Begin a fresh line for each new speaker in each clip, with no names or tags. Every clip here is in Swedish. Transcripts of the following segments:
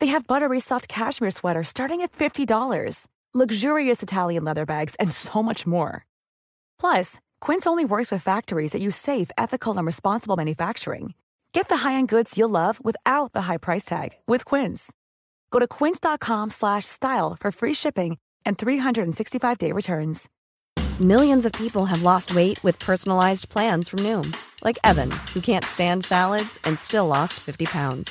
They have buttery soft cashmere sweaters starting at $50, luxurious Italian leather bags, and so much more. Plus, Quince only works with factories that use safe, ethical, and responsible manufacturing. Get the high-end goods you'll love without the high price tag with Quince. Go to quince.com/style slash style for free shipping and 365-day returns.
Millions of people have lost weight with personalized plans from Noom, like Evan, who can't stand salads and still lost 50 pounds.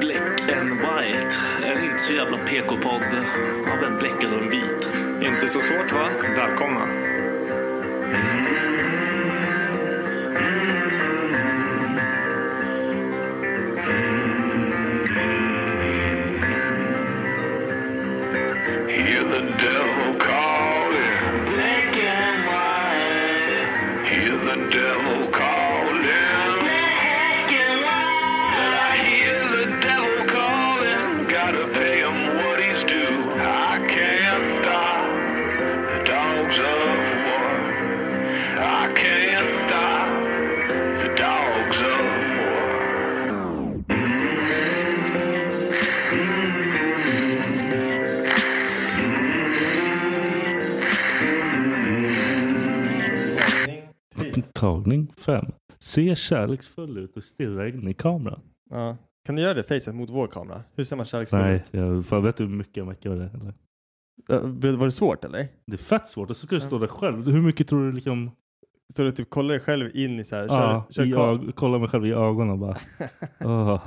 Black and White. En inte så jävla PK-podd av en bläckad och en vit.
Inte så svårt va? Välkomna.
Hear the devil calling. Black and white. Hear the devil calling. Black and white. I hear the devil calling. Gotta pay him what he's due. I can't stop the dogs of war. I can't stop the dogs of war.
Tagning 5. Se kärleksfull ut och stirra in i kameran.
Ja. Kan du göra det facet mot vår kamera? Hur ser man kärleksfull
Nej,
ut?
jag, fan vet du hur mycket jag märker av det? Eller?
Äh, Var det svårt eller?
Det är fett svårt. Och så ska du stå där själv. Hur mycket tror du liksom...
Står du typ kollar dig själv in i så här? Kör,
Ja,
kör
i
kam-
ög- kolla mig själv i ögonen och bara... åh.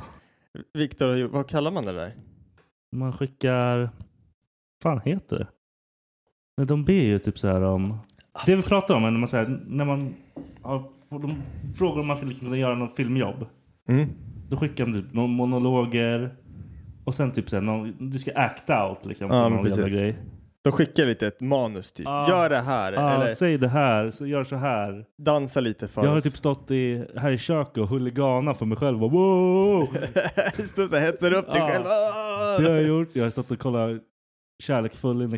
Viktor, har gjort- vad kallar man det där?
Man skickar... Vad fan heter det? Nej, de ber ju typ så här om... Det vi pratar om är när man, så här, när man har, de frågar om man ska liksom göra något filmjobb.
Mm.
Då skickar de typ någon monologer och sen typ så här, någon, du ska acta out liksom.
Ja,
på
men
någon jävla
precis.
grej.
De skickar lite ett manus typ.
Ja.
Gör det här.
Ja,
eller
säg det här, Ah. så gör så här.
dansa lite för
Jag har
oss.
typ stått i, här i köket och huligana för mig själv och wow!
Står så här, hetsar upp dig
Ah. Ja.
själv.
Det har
Ah!
jag gjort. Jag har stått och kollat kärleksfull in i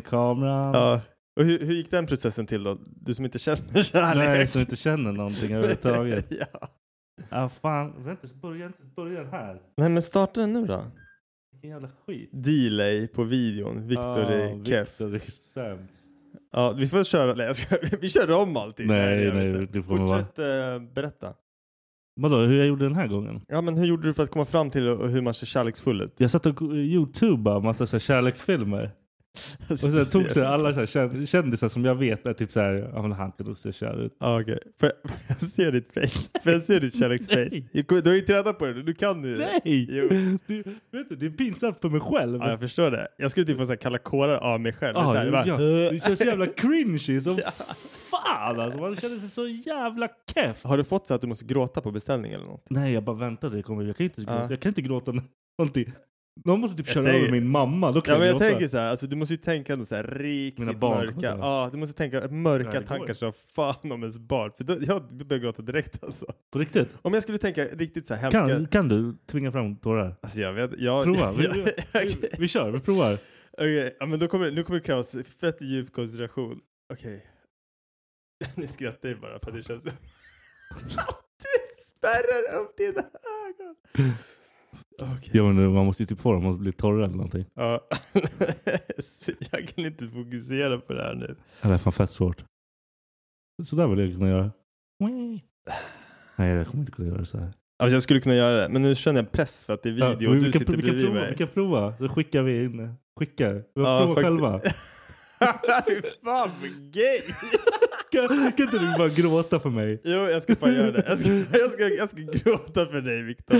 kameran.
Ja. Och hur, hur gick den processen till då? Du som inte känner kärlek.
Nej, som inte känner någonting överhuvudtaget.
ja.
Ja, fan. Vänta, så börja inte börja här.
Nej men starta den nu då.
Vilken jävla skit.
Delay på videon. Viktor är keff.
Viktor är sämst.
Ja, vi får köra. Nej, jag ska, vi kör om allting.
Nej,
jag
nej,
vet inte.
det får man
Fortsätt eh, berätta.
Vadå, hur jag gjorde den här gången?
Ja, men hur gjorde du för att komma fram till och- hur man ser kärleksfull ut?
Jag satt och youtubade massa så här kärleksfilmer. Och sen tog så här alla så här känd- kändisar som jag vet är typ så här, ja men han kan nog se kär ut.
Ja, okej. Får jag- får jag se ditt face? Får jag se ditt kärleksface?
Nej.
Jag kommer- Du har ju inte reda på det. Du kan ju det.
Nej!
Jo.
Det, vet du, det är pinsamt för mig själv.
Ja,
Ja,
jag förstår det. Jag skulle typ få så här kalla kårar av mig själv. så här, bara,
ja, det känns så jävla cringy som fan alltså. Man känner sig så jävla keff.
Har du fått så att du måste gråta på beställning eller något?
Nej, jag bara väntade. Jag, kommer, jag, kan, inte gråta,
Ja.
jag kan inte gråta n- någonting. Någon måste typ
Jag
köra
tänker-
över min mamma. Då kan
Ja, men jag
gråta.
tänker så här, alltså, du måste ju tänka ändå så här riktigt
Mina barn kommer
mörka.
dö.
Ja, du måste tänka
Ja,
mörka
det går
tankar
ju.
som fan om ens barn. För då, jag börjar gråta direkt alltså.
På riktigt.
Om jag skulle tänka riktigt så här hemska.
Kan, kan du tvinga fram tårar?
Alltså jag vet, jag...
Prova. Vi, vi,
jag,
vi, vi kör, vi provar.
Okej, ja, men då kommer, nu kommer det krävas fett djup koncentration. Okej. Ni skrattar ju bara för det känns som att du spärrar upp dina ögon. Okej.
Ja, men man måste ju typ få dem att bli torra eller någonting.
Ja. jag kan inte fokusera på det här nu.
Det här är fan fett svårt. Så där vill jag kunna göra. Nej, jag kommer inte kunna göra så här.
Alltså jag skulle kunna göra det, men nu känner jag press för att det är video och
vi,
du
kan,
sitter
vi, kan
bredvid
prova,
mig.
vi kan prova. Så skickar vi in. Skickar. Vi
Ja,
provar
faktiskt.
själva.
Fy fan vad gay!
Kan, kan inte du bara gråta för mig?
Jo, jag ska fan göra det. Jag ska, jag ska, jag ska gråta för dig Viktor.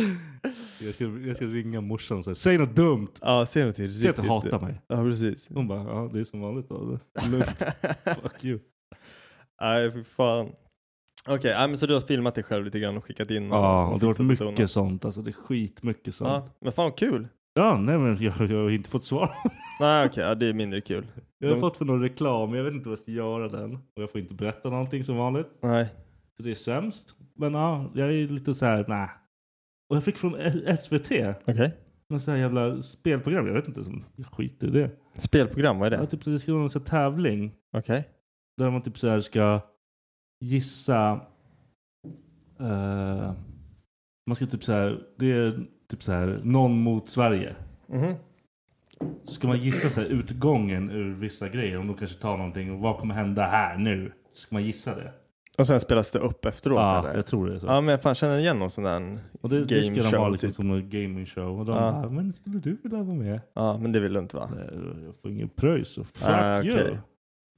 Jag ska, jag ska ringa morsan och säga säg något dumt. typ.
Ja, säg någonting riktigt.
Säg att du hatar mig.
Ja, precis.
Hon bara, ja det är som vanligt då. Lugnt. Fuck you.
Nej, fy fan. Okej, ja, men så du har filmat dig själv lite grann och skickat in?
Ja, och det har
fixat
varit
och donat.
mycket sånt. Alltså det är skitmycket sånt.
Ja, men fan vad kul.
Ja, nej men jag, jag har inte fått svar.
Nej, okej, ja, det är mindre kul.
Jag har
De-
fått för någon reklam, jag vet inte vad jag ska göra den. Och jag får inte berätta någonting som vanligt.
Nej.
Så det är sämst. Men ja, jag är lite så här, nä. Och jag fick från S- SVT,
Okej.
något så här jävla spelprogram. Jag vet inte, som, jag skiter i det.
Spelprogram, vad är
Ja,
det?
typ, det ska vara någon så här tävling.
Okej.
Där man typ så här ska gissa. eh, man ska typ så här, det är typ så här, någon mot Sverige.
Mhm.
Så ska man gissa så här, utgången ur vissa grejer. Om de kanske tar någonting och vad kommer hända här nu? Så ska man gissa det.
Och sen spelas det upp efteråt
Ja,
eller?
jag tror det. är Så.
Ja, men jag fan känner igen någon sån där
typ. och det, det ska de ha
gameshow,
liksom
typ.
som en gamingshow. Och de
Ja.
bara, men skulle du vilja vara med?
Ja, men det vill du inte va?
Nej, jag får ingen pröjs. så Fuck
Ah,
you!
okej.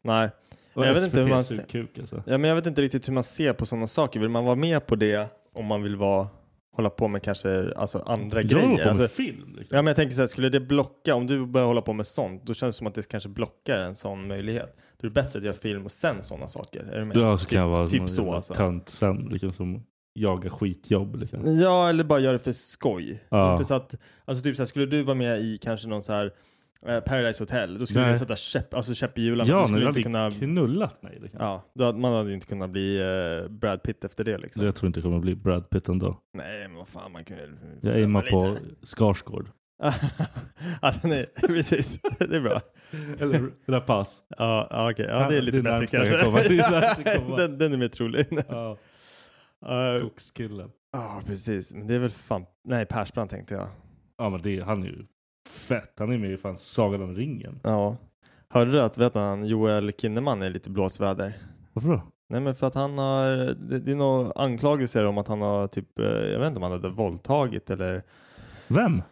Nej.
Och
Jag vet inte hur man-
SVT Kuk, alltså.
Ja, men jag vet inte riktigt hur man ser på sådana saker. Vill man vara med på det om man vill vara, hålla på med kanske alltså andra
Jag håller på
grejer?
med
Alltså,
film. Liksom.
ja, men jag tänker så här, skulle det blocka, om du börjar hålla på med sånt, då känns det som att det kanske blockar en sån möjlighet. Då är det bättre att göra film och sen sådana saker. Är du med?
Ja, så kan jag vara
typ
typ
så,
så,
alltså.
tönt sen liksom, som jagar skitjobb. Liksom.
Ja, eller bara göra det för skoj.
Ja.
Inte så att, alltså typ så här, skulle du vara med i kanske någon så här eh, Paradise Hotel, då skulle
Nej.
du sätta käpp, alltså käpp i hjulen.
Ja,
du
nu
skulle
hade
inte kunna,
knullat mig. Liksom.
ja, då hade, man hade ju inte kunnat bli eh, Brad Pitt efter det liksom.
Jag tror inte det kommer bli Brad Pitt ändå.
Nej, men vad fan, man kan ju...
Jag aimar på
lite.
Skarsgård.
ja, den är, precis. Det är bra.
Eller Rapace.
Ja, ja okej. Ja, det är
Ja,
lite
det är
bättre
närmsta jag
kanske.
kan komma. Det är närmast jag kommer.
den, den är mer trolig. Ja,
Ja, Eh,
uh,
kokskillen.
precis. Men det är väl fan... Nej, Persbrandt tänkte jag.
Ja, men det, han är ju fett. Han är med i fan Sagan om ringen.
Ja. Hörde du att vet han, Joel Kinnaman är lite blåsväder?
Varför då?
Nej men för att han har, det, det är några anklagelser om att han har typ, eh, jag vet inte om han hade våldtagit eller
Vem?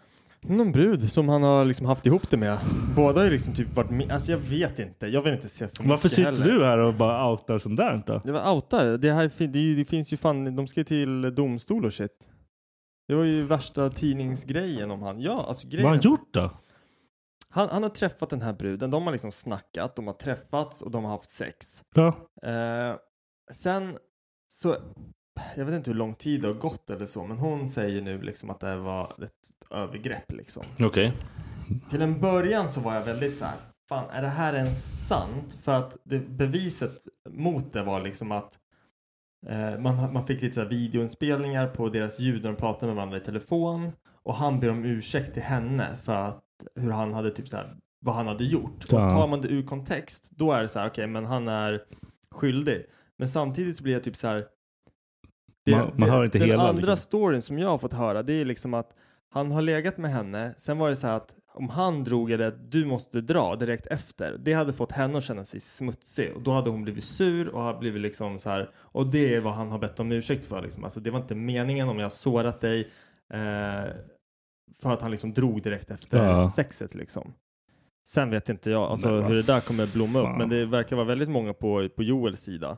Någon brud som han har liksom haft ihop det med. Båda har ju liksom typ varit med. Alltså jag vet inte. Jag vill inte se för mycket
Varför sitter
heller.
du här och bara outar sånt där då?
Det var outar. Det, här, fin- det, är ju- det finns ju fan, de ska ju till domstol och shit. Det var ju värsta tidningsgrejen om han. Ja, alltså
Vad
grejen.
har han gjort då?
Han, han har träffat den här bruden. De har liksom snackat, de har träffats och de har haft sex.
Ja.
Eh, sen så, jag vet inte hur lång tid det har gått eller så, men hon säger nu liksom att det här var ett övergrepp liksom.
Okej.
Till en början så var jag väldigt så här, fan är det här ens sant? För att det, beviset mot det var liksom att eh, man, man fick lite så här videoinspelningar på deras ljud när de pratade med varandra i telefon och han ber om ursäkt till henne för att hur han hade typ så här, vad han hade gjort.
Ja.
Och tar man det ur kontext då är det så här, okej men han är skyldig. Men samtidigt så blir jag typ så här
Man- man hör inte
den
hela,
andra
liksom.
storyn som jag har fått höra det är liksom att han har legat med henne. Sen var det så här att om han drog eller att du måste dra direkt efter. Det hade fått henne att känna sig smutsig och då hade hon blivit sur och har blivit liksom så här. Och det är vad han har bett om ursäkt för liksom. Alltså det var inte meningen om jag har sårat dig. Eh, för att han liksom drog direkt efter
Ja.
sexet liksom. Sen vet inte jag alltså,
Men vad
hur det där kommer blomma
fan.
upp. Men det verkar vara väldigt många på, på Joels sida.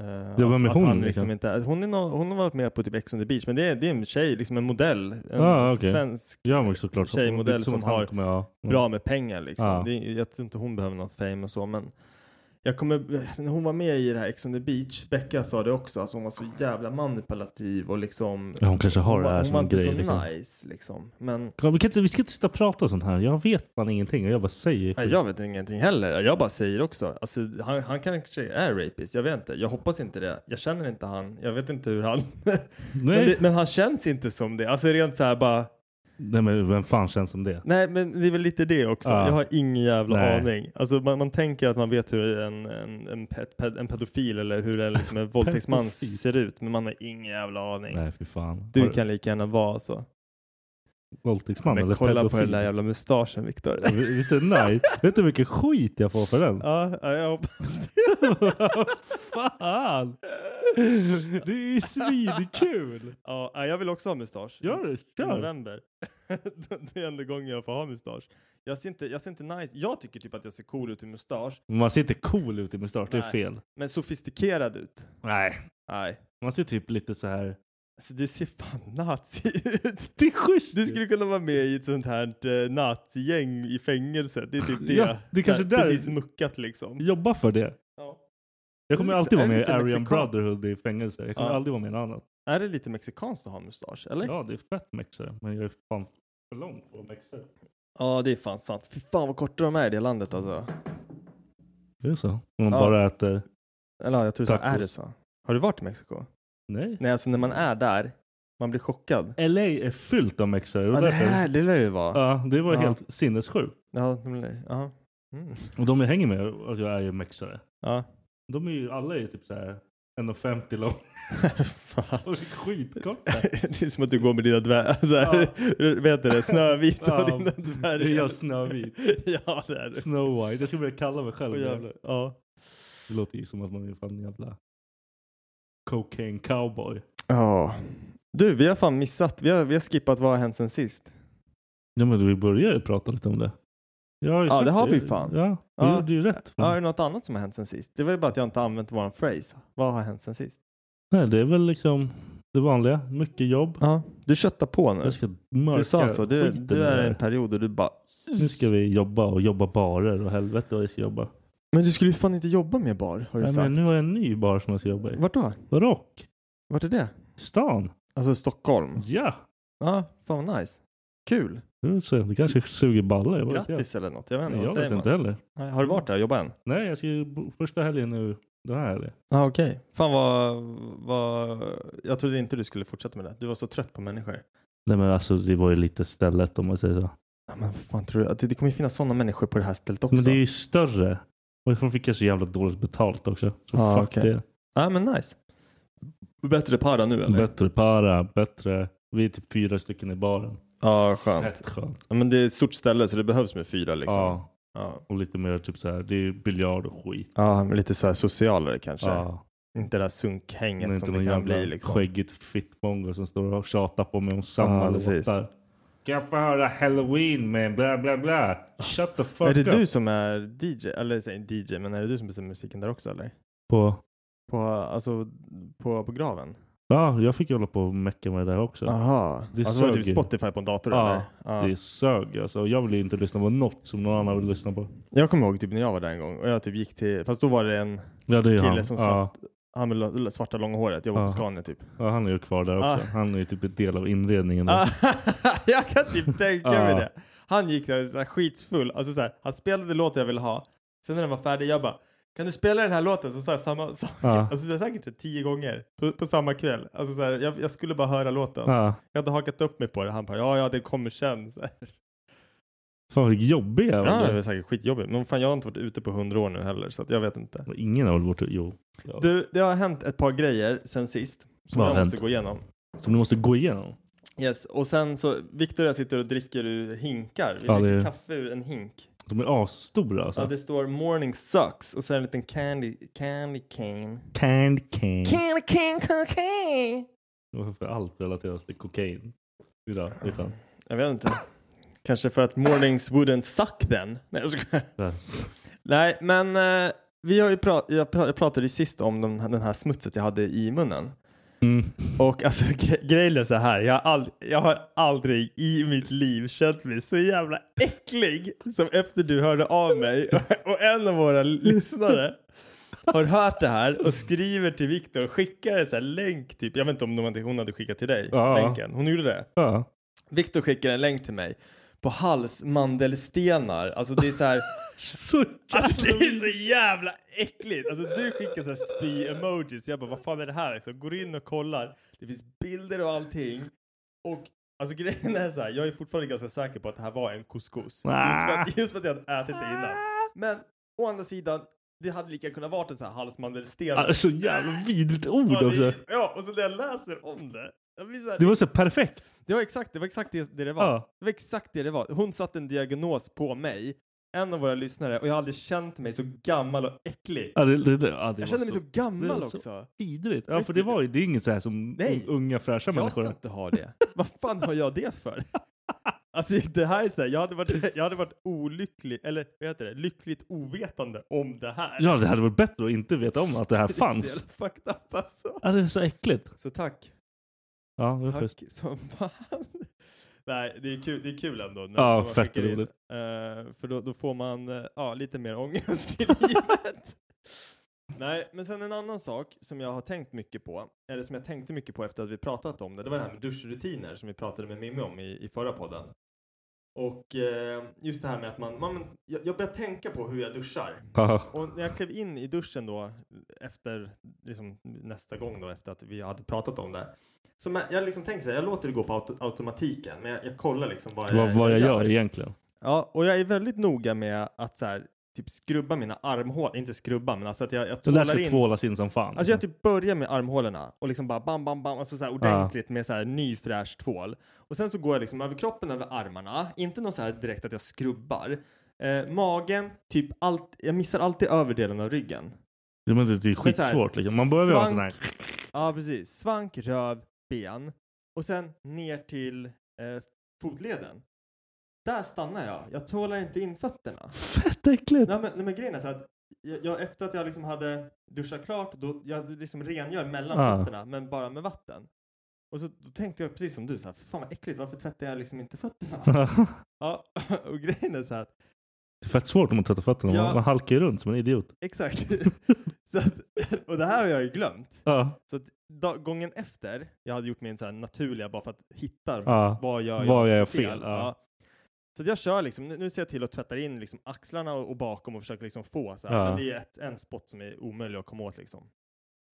Eh,
Ja, vem är
att
hon,
han
liksom?
Liksom inte, att hon, är nå- hon har varit med på typ Ex on the beach, men det är, det är en tjej, liksom en modell. En
Ah, okej.
svensk,
Jag var såklart så-
Tjejmodell
lite
som
att han
har
kommer, ja. Mm.
bra med pengar liksom.
Ja.
Det, är- jag tror inte hon behöver någon fame och så, men jag kommer, när hon var med i det här Ex on the beach, Becka sa det också, alltså hon var så jävla manipulativ och liksom
Ja, hon kanske har
hon
det
var-
här
hon
som
var
en
inte
grej.
så
Liksom.
nice liksom. Men
Ja, Vi, kan inte, vi ska inte sitta och prata sånt här. Jag vet fan ingenting och jag bara säger
Nej,
skit.
jag vet ingenting heller. Jag bara säger också. Alltså, han, han kanske är rapist. Jag vet inte. Jag hoppas inte det. Jag känner inte han. Jag vet inte hur han...
Nej,
Men, det, men han känns inte som det. Alltså rent så här bara...
Nej, men vem fan känns som det?
Nej, men det är väl lite det också.
Ja.
Jag har ingen jävla
Nej.
aning. Alltså, man, man tänker att man vet hur en, en, en, ped, ped, en pedofil eller hur en, liksom, en våldtäktsman
Pedofil.
ser ut, men man har ingen jävla aning.
Nej, fy fan. Har
Du kan lika gärna vara så.
Våldtäktsman
men
eller
kolla på den
pedofil?
där jävla mustaschen, Viktor.
Ja, vi- Visst är det nice? Vet du hur mycket skit jag får för den?
ja, ja, jag hoppas det.
fan! Det är ju svinkul!
Ja, nej, jag vill också ha mustasch.
Gör det,
I
kör!
november. det är enda gången jag får ha mustasch. Jag ser, inte, jag ser inte nice. Jag tycker typ att jag ser cool ut i mustasch,
Man ser inte cool ut i mustasch, det är
Nej.
fel.
men sofistikerad ut.
Nej,
Nej.
man ser typ lite så här...
Alltså du ser fan nazi ut.
Det är schysst!
Du skulle kunna vara med i ett sånt här eh, nazigäng i fängelse. Det är typ det.
Ja, det är kanske
Så
där-
här, Precis muckat liksom.
Jobba för det.
Ja.
Jag kommer
Lite-
alltid vara
är det
med i
lite
Aryan
mexikan?
Brotherhood i fängelse. Jag kommer
Ja.
aldrig vara med i något annat.
Är det lite mexikanskt att ha mustasch? Eller?
Ja, det är fett mexare, men jag är fan för lång på att mexa.
Ja, det är fan sant. Fy fan vad korta de är i det landet alltså.
Det är så. Om man
Ja.
bara äter...
Eller ja, jag tror du sa
Tacos.
är det så. Har du varit i Mexiko?
Nej.
Nej, alltså när man är där, man blir chockad.
LA är fyllt av mexare. och
Ja, det
därför-
här det lär det ju vara.
Ja, det var
Ja.
helt sinnessjukt.
Ja, det blir- ja. Mm.
Och de jag hänger med, att jag är ju mexare.
ja.
De är ju, alla är ju typ såhär 1,50 lång.
Fan.
De är skitkorta.
Det är som att du går med dina alltså, dvärgar, vet du det, Snövit och
Ja,
dina
Det
dvärgar.
är jag Snövit.
ja, det är du.
Snow White. Jag skulle vilja kalla mig själv
Åh,
det.
jävlar. ja.
Det låter ju som att man är fan jävla cocaine cowboy.
ja. Du, vi har fan missat. Vi har, vi har skippat vad har hänt sen sist.
Ja men vi började ju prata lite om det. Jag ju
Ja,
sagt
det har vi fan.
Ja, vi
Ja.
gjorde ju rätt.
Ja, är
Fan.
det något annat som har hänt sen sist? Det var ju bara att jag inte använt våran phrase. Vad har hänt sen sist?
Nej, det är väl liksom det vanliga. Mycket jobb.
Ja. Du köttar på nu.
Jag ska mörka
Du sa så. Du,
skiten
du är
ur
i
det
en
här.
period och du bara...
Nu ska vi jobba och jobba barer och helvete vad jag ska jobba.
Men du skulle ju fan inte jobba med bar, har du
Nej,
sagt.
men nu har jag en ny bar som jag ska jobba i.
Vart då?
Rock.
Vart är det?
Stan.
Alltså Stockholm.
Ja.
Ja, fan vad nice. Kul.
Det vill säga, Det kanske suger baller. Jag vet inte.
Grattis eller något. Jag vet inte,
Nej,
vad
Jag
säger
vet
man?
inte heller.
Nej, Har du varit där och jobbat än?
Nej, jag ska ju bo- första helgen nu den här helgen.
Ja, ah, okej. Fan vad, vad... Jag trodde inte du skulle fortsätta med det. Du var så trött på människor.
Nej men alltså det var ju lite stället om man säger så.
Ja, men vad fan tror du? Att Det, det kommer ju finnas sådana människor på det här stället också.
Men det är ju större. Och så fick jag så jävla dåligt betalt också. Så
Ja,
fuck
Ah, okej.
det.
Ja, men nice. Bättre para nu eller?
Bättre para, bättre. Vi är typ fyra stycken i baren.
Ja, skönt.
Fett skönt.
Ja, men det är ett stort ställe så det behövs med fyra liksom.
Ja,
Ja,
och lite mer typ så här. Det är ju biljard och skit.
ja men lite så här socialare kanske.
Ja.
Inte det där
Men
sunkhänget
inte
som
någon
det kan
jävla
bli liksom.
skäggigt fittmongo som står och tjatar på mig om samma
Ja, precis.
låtar. Kan jag få höra halloween med bla bla bla? Shut the fuck
Är det
up.
du som är DJ? Eller säg DJ, men är det du som bestämmer musiken där också eller?
På...
På, alltså, på, på graven?
Ja, jag fick ju hålla på och mecka med det där också.
Aha.
Det
alltså var det
sög
typ
ju.
Spotify på en dator
Ja,
eller? Ja.
Det sög alltså. Jag ville ju inte lyssna på något som någon annan ville lyssna på.
Jag kommer ihåg typ när jag var där en gång och jag typ gick till, fast då var det en,
Ja, det är ju
Kille
han.
som
ja.
han med lo- svarta långa håret, jag var
Ja.
på Scania typ.
ja, han är ju kvar där också.
Ah.
Han är ju typ en del av inredningen. där.
Ah, jag kan typ tänka
Ja.
mig det. Han gick där så här skitsfull, alltså så här, han spelade låten jag ville ha, sen när den var färdig jag bara kan du spela den här låten? Så sa jag samma sak.
Ja.
Alltså så här, säkert tio gånger på, på samma kväll. Alltså så här, jag, jag skulle bara höra låten.
Ja.
Jag hade hakat upp mig på det. Han bara ja, ja, det kommer sen. Så här.
Fan vad jobbig jag
Ja, det
var.
var säkert skitjobbigt. Men fan, jag har inte varit ute på hundra år nu heller, så att jag vet inte.
Ingen har väl varit... Jo.
Du, det har hänt ett par grejer sen sist som
Vad har
jag
hänt?
måste gå igenom.
Som du måste gå igenom.
Yes, och sen så, Viktor och jag sitter och dricker ur hinkar. Vi
Ja,
dricker
det-
kaffe ur en hink.
De är asstora alltså.
Ja, det står morning sucks och så är det en liten candy, candy cane.
Canned cane.
Candy cane cocaine!
Varför allt relateras till kokain? Idag, det är skönt.
Jag vet inte. Kanske för att mornings wouldn't suck then. Nej, jag skojar.
Yes.
Nej, men eh, vi har ju pra- jag, pra- jag pratade ju sist om den här, den här smutset jag hade i munnen.
Mm.
Och alltså gre- grejen är så här, jag har, ald- jag har aldrig i mitt liv känt mig så jävla äcklig som efter du hörde av mig och en av våra lyssnare har hört det här och skriver till Viktor och skickar en så här länk typ, jag vet inte om de hade- hon hade skickat till dig,
Ja.
länken, hon gjorde det.
Ja.
Viktor skickar en länk till mig på halsmandelstenar, alltså det är så här
Så
Alltså det är så jävla äckligt! Alltså du skickar såhär liksom? spy-emojis, jag bara vad fan är det här? Så jag går in och kollar, det finns bilder och allting. Och Alltså grejen är så här, jag är fortfarande ganska säker på att det här var en couscous. Just för
Ah.
att, just för att jag hade ätit det innan. Men å andra sidan, det hade lika gärna kunnat varit en sån här halsmandelstel.
Ah, Så jävla vidrigt ord också.
Ja, och så när jag läser om det. Jag blir så här,
Det var så perfekt.
det var exakt det, var exakt det, det, det var.
Ja.
Det var exakt det det var. Hon satte en diagnos på mig, en av våra lyssnare, och jag har aldrig känt mig så gammal och äcklig.
Ja, det, det, det, ja, det
Jag
var
kände mig så
det
gammal
var så-
också.
vidrigt. Ja,
Just
för det
det.
var ju, det är inget så här som
Nej.
unga fräscha
Jag
människor.
ska inte ha det. Vad fan har jag det för? Alltså det här är så här, jag hade varit, jag hade varit olycklig, eller vad heter det, lyckligt ovetande om det här.
Ja, det hade varit bättre att inte veta om att det här
Det är så
fanns.
jävla Fucked up alltså.
Ja, det är så äckligt.
Så tack,
Ja, det var schysst.
tack som fan. Nej, det är kul, det är kul ändå. när-
Ja,
när man
fett
skickar in.
roligt.
Eh, för då, då får man eh, ja, lite mer ångest i livet. Nej, men sen en annan sak som jag har tänkt mycket på, eller som jag tänkte mycket på efter att vi pratat om det, det var det här med duschrutiner som vi pratade med Mimmi om i, i förra podden. Och eh, just det här med att man, man jag, jag börjar tänka på hur jag duschar.
Ja.
Och när jag klev in i duschen då, efter liksom, nästa gång då, efter att vi hade pratat om det. Så men, jag liksom tänkte så här, jag låter det gå på auto- automatiken, men jag, jag kollar liksom vad,
Vad, vad jag gör egentligen.
Ja, och jag är väldigt noga med att så här, typ skrubba mina armhålor, inte skrubba, men alltså att jag, jag
Så det där
tvålar
ska
in.
tvålas in som fan.
Alltså jag typ börjar med armhålorna och liksom bara bam, bam, bam, alltså så här ordentligt med så här ny fräsch tvål. Och sen så går jag liksom över kroppen, över armarna, inte någon så här direkt att jag skrubbar. Eh, magen, typ allt, jag missar alltid överdelen av ryggen.
det, men det, det är skitsvårt liksom. Man behöver ju ha sån här...
Ja, precis. Svank, röv, ben och sen ner till eh, fotleden. Där stannar jag. Jag tålar inte in fötterna.
Fett äckligt!
Nej, men, nej, men grejen är så att jag, jag, efter att jag liksom hade duschat klart, då, jag liksom rengör mellan
Ah.
fötterna, men bara med vatten. Och så då tänkte jag precis som du, så här, fan vad äckligt, varför tvättar jag liksom inte fötterna? ja, och grejen är så här,
Det är fett svårt om man tvättar fötterna.
Ja.
Man, man halkar ju runt som en idiot.
exakt. så att, och det här har jag ju glömt.
Ja.
Så att da- gången efter, jag hade gjort min så här naturliga bara för att hitta
Ja.
vad gör jag
Vad gör jag
fel.
fel? Ja.
Så att jag kör liksom, nu, nu ser jag till att tvätta in liksom axlarna och, och bakom och försöker liksom få så här.
Ja.
Men det är ett, en spot som är omöjlig att komma åt liksom.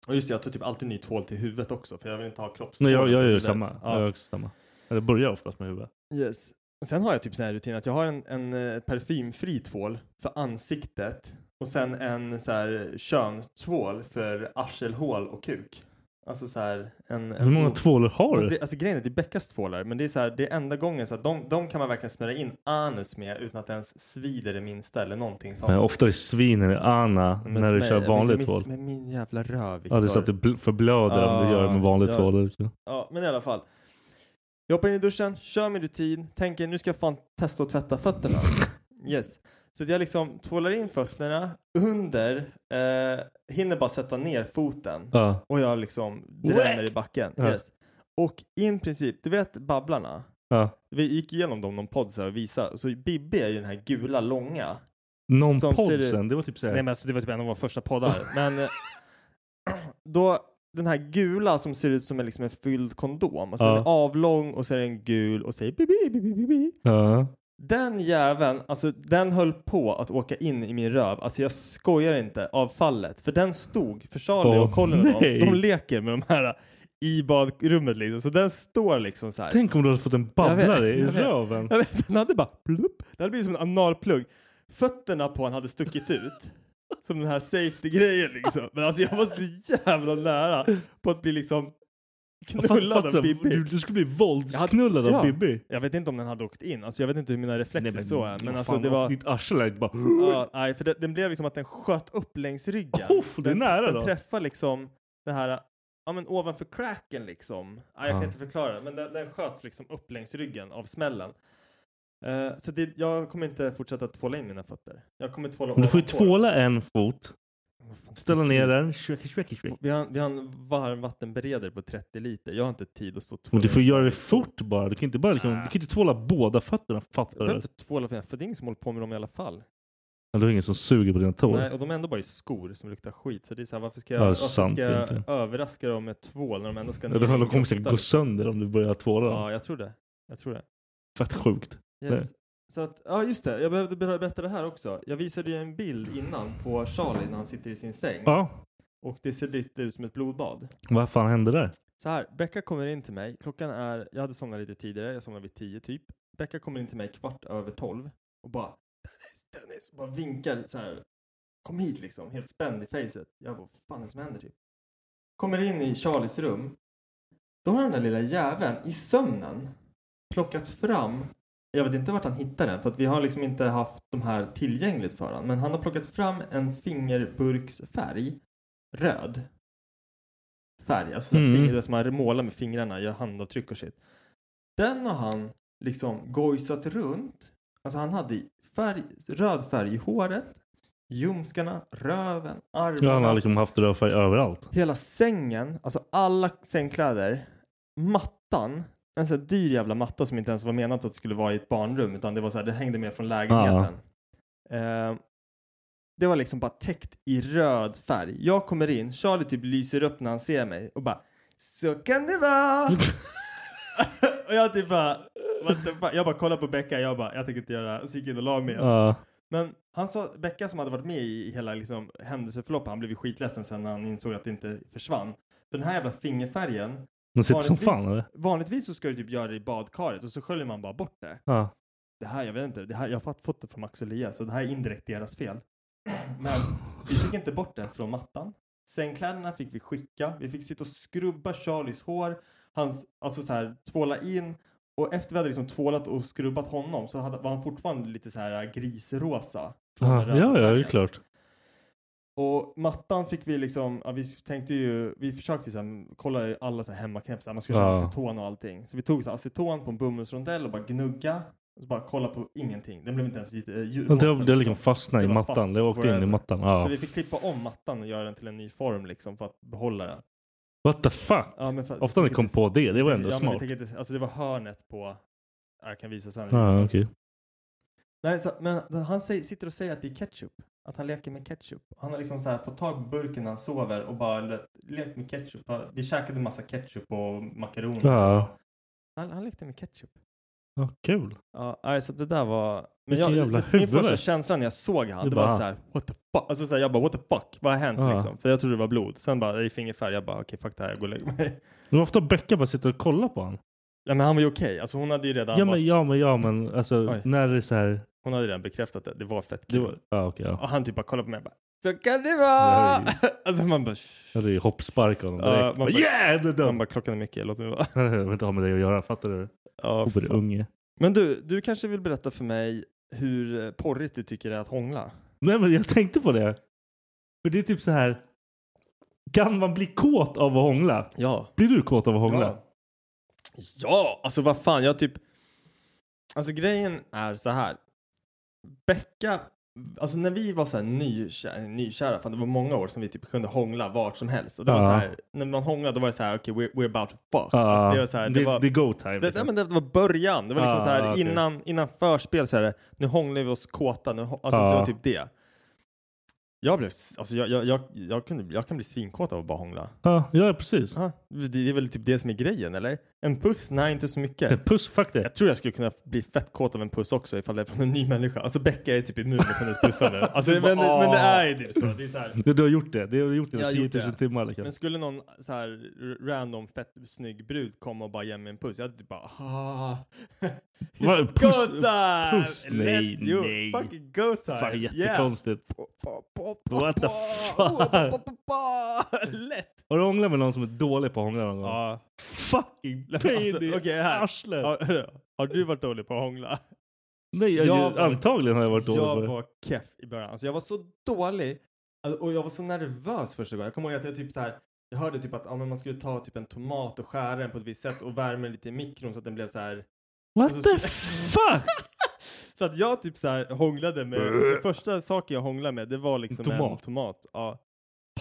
Och just det, jag tar typ alltid ny tvål till huvudet också för jag vill inte ha kroppstvål.
Nej, jag, jag
på
gör ju
huvudet.
samma.
Ja.
Jag gör också samma. Eller börjar oftast med huvudet.
Yes. Sen har jag typ sån här rutin att jag har en, en eh, parfymfri tvål för ansiktet och sen
Mm.
en så här könstvål för arselhål och kuk. Alltså så här en... en
Hur många tvålar har
Fast
du?
det, alltså grejen är, det är Beckas tvålar, men det är så här, det är enda gången så att de, de kan man verkligen smörja in anus med utan att det ens svider det minsta eller någonting sånt.
Nej, ofta är svinen i Anna
Men
när
för
du
mig-
kör
men
vanlig
mitt-
tvål.
Med min jävla röv,
Ja, det är så att det
Viktor.
bl- förblöder om du gör det med
Ja,
vanlig
ja.
tvål. liksom.
Ja, men i alla fall. Jag hoppar in i duschen, kör min rutin, tänker nu ska jag fan testa att tvätta fötterna. Yes. Så att jag liksom tvålar in fötterna under, eh, hinner bara sätta ner foten
Ja.
och jag liksom drämmer i backen.
Ja.
Yes. Och in princip, du vet Babblarna?
Ja.
Vi gick igenom dem någon podd så här och visade, så Bibi är ju den här gula långa.
Någon
Som ser
podd
ut-
sen, det var typ såhär.
Nej men alltså det var typ en av våra första poddar. men eh, då, den här gula som ser ut som en, liksom en fylld kondom, alltså
Ja.
den är avlång och så är den gul och säger Bibi, Bibi, Bibi.
ja.
Den jäveln, alltså den höll på att åka in i min röv. Alltså jag skojar inte, av fallet. För den stod, för Charlie
Åh,
och Colin och de,
nej.
de leker med de här i badrummet liksom. Så den står liksom så här.
Tänk om du hade fått en
Jag
babblare
vet,
i
jag vet.
röven.
Jag vet, den hade bara plupp. Det hade blivit som en analplugg. Fötterna på honom hade stuckit ut. Som den här safety-grejen liksom. Men alltså jag var så jävla nära på att bli liksom
Fatta-
knullad
fatta,
av
Du,
Bibi.
du skulle bli våldsknullad
Ja.
av Bibi.
Jag vet inte om den hade åkt in. Alltså jag vet inte hur mina reflexer så är. Men
vad
alltså
fan,
det var...
Ditt arsel är bara...
Ja, nej, för det, den blev liksom att den sköt upp längs ryggen.
Uff, det är
den,
nära
den
då.
träffade liksom det här, ja men ovanför cracken liksom. Nej, jag
Ja.
kan inte förklara det, men den, den sköts liksom upp längs ryggen av smällen. Eh, så det, jag kommer inte fortsätta tvåla in mina fötter. Jag kommer tvåla
Men Du får ju
ovanpå dem.
tvåla en fot,
Vad fan,
ställa
det är
ner
tid.
den, shrek, shrek, shrek.
Vi har, vi har en varmvattenberedare på 30 liter. Jag har inte tid att stå och tvåla
Men du får
in.
göra det fort bara. Du kan inte bara liksom, du kan inte tvåla båda fötterna.
Jag
Fattar
behöver
du?
inte tvåla för för det är ingen som håller på med dem i alla fall.
Ja, Du har ingen som suger på dina tår.
Nej, och de är ändå bara i skor som luktar skit. Så det är så här, varför ska jag,
Ja,
varför
sant
ska jag
egentligen.
överraska dem med tvål när de ändå ska
Ja, De
i
håller
en
kommer säkert
grotta,
gå
liksom?
sönder om du börjar tvåla dem.
Ja, jag tror det. Jag tror det.
Fett sjukt.
Yes. Så att, ja just det, jag behövde ber- berätta det här också. Jag visade ju en bild innan på Charlie när han sitter i sin säng.
Ja,
Och det ser lite ut som ett blodbad.
Vad fan hände där?
Så här, Becka kommer in till mig. Klockan är, jag hade somnat lite tidigare, jag somnade vid tio typ. Becka kommer in till mig kvart över tolv och bara Dennis, Dennis, och bara vinkar så här. Kom hit liksom, helt spänd i facet. Jag bara, vad fan är det som händer typ? Kommer in i Charlies rum. Då har den där lilla jäveln i sömnen plockat fram, jag vet inte vart han hittade den för att vi har liksom inte haft de här tillgängligt för honom. Men han har plockat fram en fingerburksfärg, röd färg, alltså
Mm.
mm. fingrar som man målar med fingrarna, gör handavtryck och shit. Den har han liksom gojsat runt. Alltså han hade färg, röd färg i håret, ljumskarna, röven,
Ja, han
armarna,
har liksom haft rödfärg överallt.
Alltså, hela sängen, alltså alla sängkläder, mattan, en sån här dyr jävla matta som inte ens var menat att det skulle vara i ett barnrum utan det var så här, det hängde med från lägenheten. Eh, det var liksom bara täckt i röd färg. Jag kommer in, Charlie typ lyser upp när han ser mig och bara så kan det vara. och jag typ bara, what the fuck? jag bara kollar på Becka, jag bara jag tänker inte göra det här. Och så gick jag in och la mig igen.
Ja.
Men han sa, Becka som hade varit med i hela liksom, händelseförloppet, han blev ju skitledsen sen när han insåg att det inte försvann. För den här jävla fingerfärgen,
Den sitter som
Vanligtvis-
fan eller?
vanligtvis så ska du typ göra det i badkaret och så sköljer man bara bort det.
Ja.
Det här, jag vet inte, det här, jag har fått- fått det från Max och Lia, så det här är indirekt deras fel. Men vi fick inte bort det från mattan. Sängkläderna fick vi skicka, vi fick sitta och skrubba Charlies hår, hans, alltså så här, tvåla in och efter vi hade liksom tvålat och skrubbat honom så hade, var han fortfarande lite så här grisrosa. från den
Ja,
röda
ja, ja, det är
färgen.
klart.
Och mattan fick vi liksom, ja, vi tänkte ju, vi försökte så här, kolla i alla så här hemmaknep, så här, man ska köpa
Ja.
aceton och allting. Så vi tog så här, aceton på en bomullsrondell och bara gnugga, och så bara kolla på ingenting. Den blev inte ens lite äh,
Det har, det har liksom fastnat
Det
i
var
mattan.
fast
det åkte in i
forever.
mattan.
Så
Ja.
vi fick klippa om mattan och göra den till en ny form liksom för att behålla den.
What the fuck?
Ja, men för,
Ofta när vi kom på det, det var ändå
ja, men vi
smart.
tänker inte- alltså det var hörnet på, ja, jag kan visa sen.
Ja, Ah, okej.
Nej, så, men han säger, sitter och säger att det är ketchup. Att han leker med ketchup. Han har liksom så här fått tag på burken när han sover och bara le- lekt med ketchup. Han- Vi käkade massa ketchup och makaroner.
Ja.
Han, han lekte med ketchup.
Ja, Ah, kul.
Ja, nej, så det där var... Men
Vilken
jag,
jävla
min
huvudvärk.
första känsla när jag såg han,
Det
det,
bara
var
han.
så här, what the fuck? Alltså så här, jag bara, what the fuck? Vad har hänt
Ja.
liksom? För jag trodde det var blod. Sen bara, det är fingerfärg. Jag bara, okej, fuck det här, jag går och lägger mig.
Det var ofta Becka bara sitter och kollar på honom.
Ja, men han var ju okej. Alltså hon hade ju redan,
Ja, men,
varit-
ja, men, ja, men alltså
Oj.
när det är så här.
Hon hade redan bekräftat det. Det var fett
Det
kul.
var, ja, okej. ja.
Och han typ bara kollade på mig och bara, så kan det vara! alltså man bara,
Jag hade ju hoppspark av honom
Ja,
direkt.
man
bara,
bara-
yeah, det är
Man
dum!
bara klockan är mycket, låt mig vara.
Jag vill inte ha med dig att göra, fattar du?
Ja, fan.
Oberunge.
Men du, du kanske vill berätta för mig hur eh, porrigt du tycker det är att hångla?
Nej, men jag tänkte på det. För det är typ så här. Kan man bli kåt av att hångla?
Ja.
Blir du kåt av att hångla?
Ja. ja, alltså vad fan, jag typ... Alltså grejen är så här. Becka, alltså när vi var så här nykära, nykära, fan det var många år som vi typ kunde hångla vart som helst. Och det var
Ja.
så här, när man hånglade då var det så här, okej we're, we're about to fuck.
Ja,
Alltså, det var så här,
Ah, det,
det var...
det är go time. liksom.
Det, nej, men det var början. Det var liksom
Ah,
så här
okej.
innan, innan förspel så här, nu hånglar vi oss kåta. Nu, hå- alltså
Ah.
det var typ det. Jag blev, s- alltså jag, jag, jag, jag, kunde, jag kan bli svinkåt av att bara hångla.
Ja, ja, precis.
Ah, det, det är väl typ det som är grejen eller? En puss? Nej, inte så mycket.
Puss, fuck det.
Jag tror jag skulle kunna bli fett kåt av en puss också ifall det är från en ny människa. Alltså Becka är typ immun mot hennes pussar nu. Alltså,
Det är
men,
bara,
men det
ah.
är ju typ så. Det är så här.
Du, du har gjort det. Du har gjort det
Jag har
i
gjort
10 000
det.
timmar. Liksom.
Men skulle någon så här r- random fett snygg brud komma och bara ge mig en puss, jag hade typ bara ah.
Vad,
It's
puss-
go time!
puss?
Let
Nej,
you
nej.
Fucking go time!
Fan,
Yeah.
jättekonstigt. What
What
the
fuck? Lätt!
Har du hånglat med någon som är dålig på att hångla någon gång?
Ja.
Fucking
Alltså,
pain i
okej, här.
arslet!
Har, har du varit dålig på att hångla?
Nej, jag,
jag var-
antagligen har jag varit dålig på
Jag
det.
var keff i början. Alltså jag var så dålig Alltså, och jag var så nervös första gången. Jag kommer ihåg att jag typ så här. Jag hörde typ att ja, men man skulle ta typ en tomat och skära den på ett visst sätt och värma den lite i mikron så att den blev så här.
What
Alltså,
the fuck!
Så att jag typ så här hånglade med. Det första saken jag hånglade med det var liksom en
Tomat.
tomat. Ja.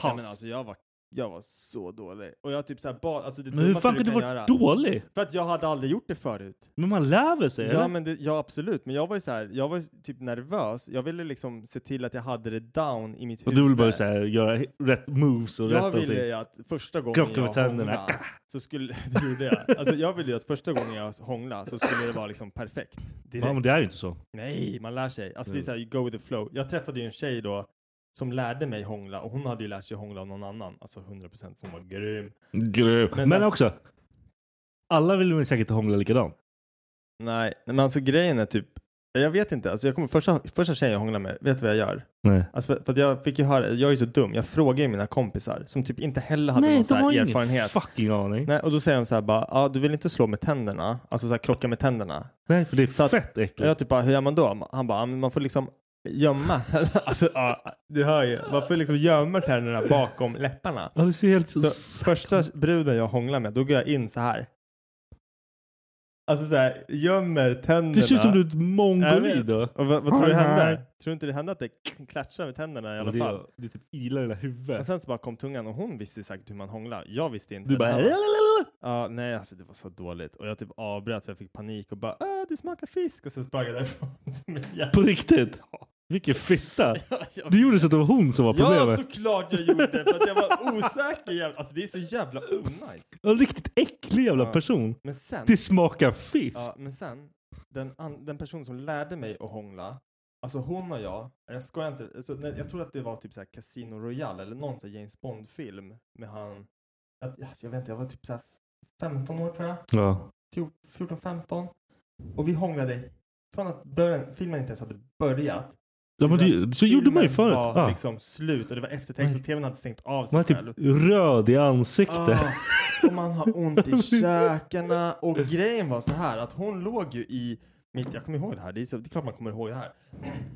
Nej, men
Pass.
alltså jag var, jag var så dålig. Och jag typ så här bad, alltså det
Men hur
dummaste
fan
du
kan du
kan
vara
göra.
dålig?
För att jag hade aldrig gjort det förut.
Men man lär sig
Ja,
eller?
men det, ja absolut, men jag var ju så här, jag var ju typ nervös. Jag ville liksom se till att jag hade det down i mitt
Och
huvud.
du vill bara så här, göra he- rätt moves och
jag
rätt allting.
ville ju att första gången
Krocka med
jag
tänderna.
hånglade så skulle, det gjorde jag. Alltså jag ville ju att första gången jag hånglade så skulle det vara liksom perfekt. Direkt.
Ja men det är ju inte så.
Mm. Nej, man lär sig. Alltså det är så här, you go with the flow. Jag träffade ju en tjej då som lärde mig hångla och hon hade ju lärt sig hångla av någon annan. Alltså 100% för hon var grym.
Grym.
Men-
Men, också, alla vill väl säkert hångla likadant.
Nej, men alltså grejen är typ, jag vet inte, alltså jag kommer, första, första tjejen jag hånglar med, vet du vad jag gör?
Nej.
Alltså för, för att jag fick ju höra, jag är ju så dum, jag frågar ju mina kompisar som typ inte heller hade
Nej,
någon
de
så
har
här
ingen
erfarenhet.
fucking aning. Nej,
Nej, och då säger de så här bara, ah, du vill inte slå med tänderna, alltså så här krocka med tänderna.
för det är
Så att-
fett
Och
äckligt.
jag typ bara, hur gör man då? Han bara, ah, men man får liksom gömma, alltså ah, du hör ju, man får liksom gömma tänderna bakom läpparna.
Ja, det ser helt...
Så första bruden jag hånglar med, då går jag in så här. Alltså så här, gömmer tänderna.
det ser ut som du är ett
Jag
mongolid.
vet.
då.
Och vad, vad tror du
Nej.
hände? Tror du inte det hände att det klatschar med tänderna i alla
det,
fall?
är- Alltså, det är typ ilar i hela
Och
huvudet.
sen så bara kom tungan och hon visste säkert hur man hånglar. Jag visste inte.
Du bara...
Det här var-
"Lalalala."
Ja, nej alltså det var så dåligt. Och jag typ avbröt för jag fick panik och bara äh, det smakar fisk. Och sen sprang jag därifrån. Som en jävla-
På riktigt? Vilken fitta.
jag-
Du gjorde så att det var hon som var
Ja
problemet.
såklart jag gjorde det för att jag var osäker. jävla- Alltså det är så jävla onajs.
En riktigt äcklig jävla
Ja.
person.
Men sen.
Det smakar fisk.
Ja, men sen, den, an, den person som lärde mig att hångla, alltså hon och jag, jag skojar inte, alltså, när, jag tror att det var typ så här Casino Royale eller någon så här James Bond-film med han, att, alltså, jag vet inte, jag var typ så här 15 år tror jag,
Ja.
14-15. Och vi hånglade från att början, filmen inte ens hade börjat.
Ja, men
till
det,
att
så gjorde man ju
filmen
förut.
var
Ja.
liksom slut och det var eftertext och tvn hade stängt av sig
Man är
själv.
typ röd i ansiktet.
Ah, och man har ont i käkarna. Och grejen var så här att hon låg ju i mitt, jag kommer ihåg det här, det är, så, det är klart man kommer ihåg det här.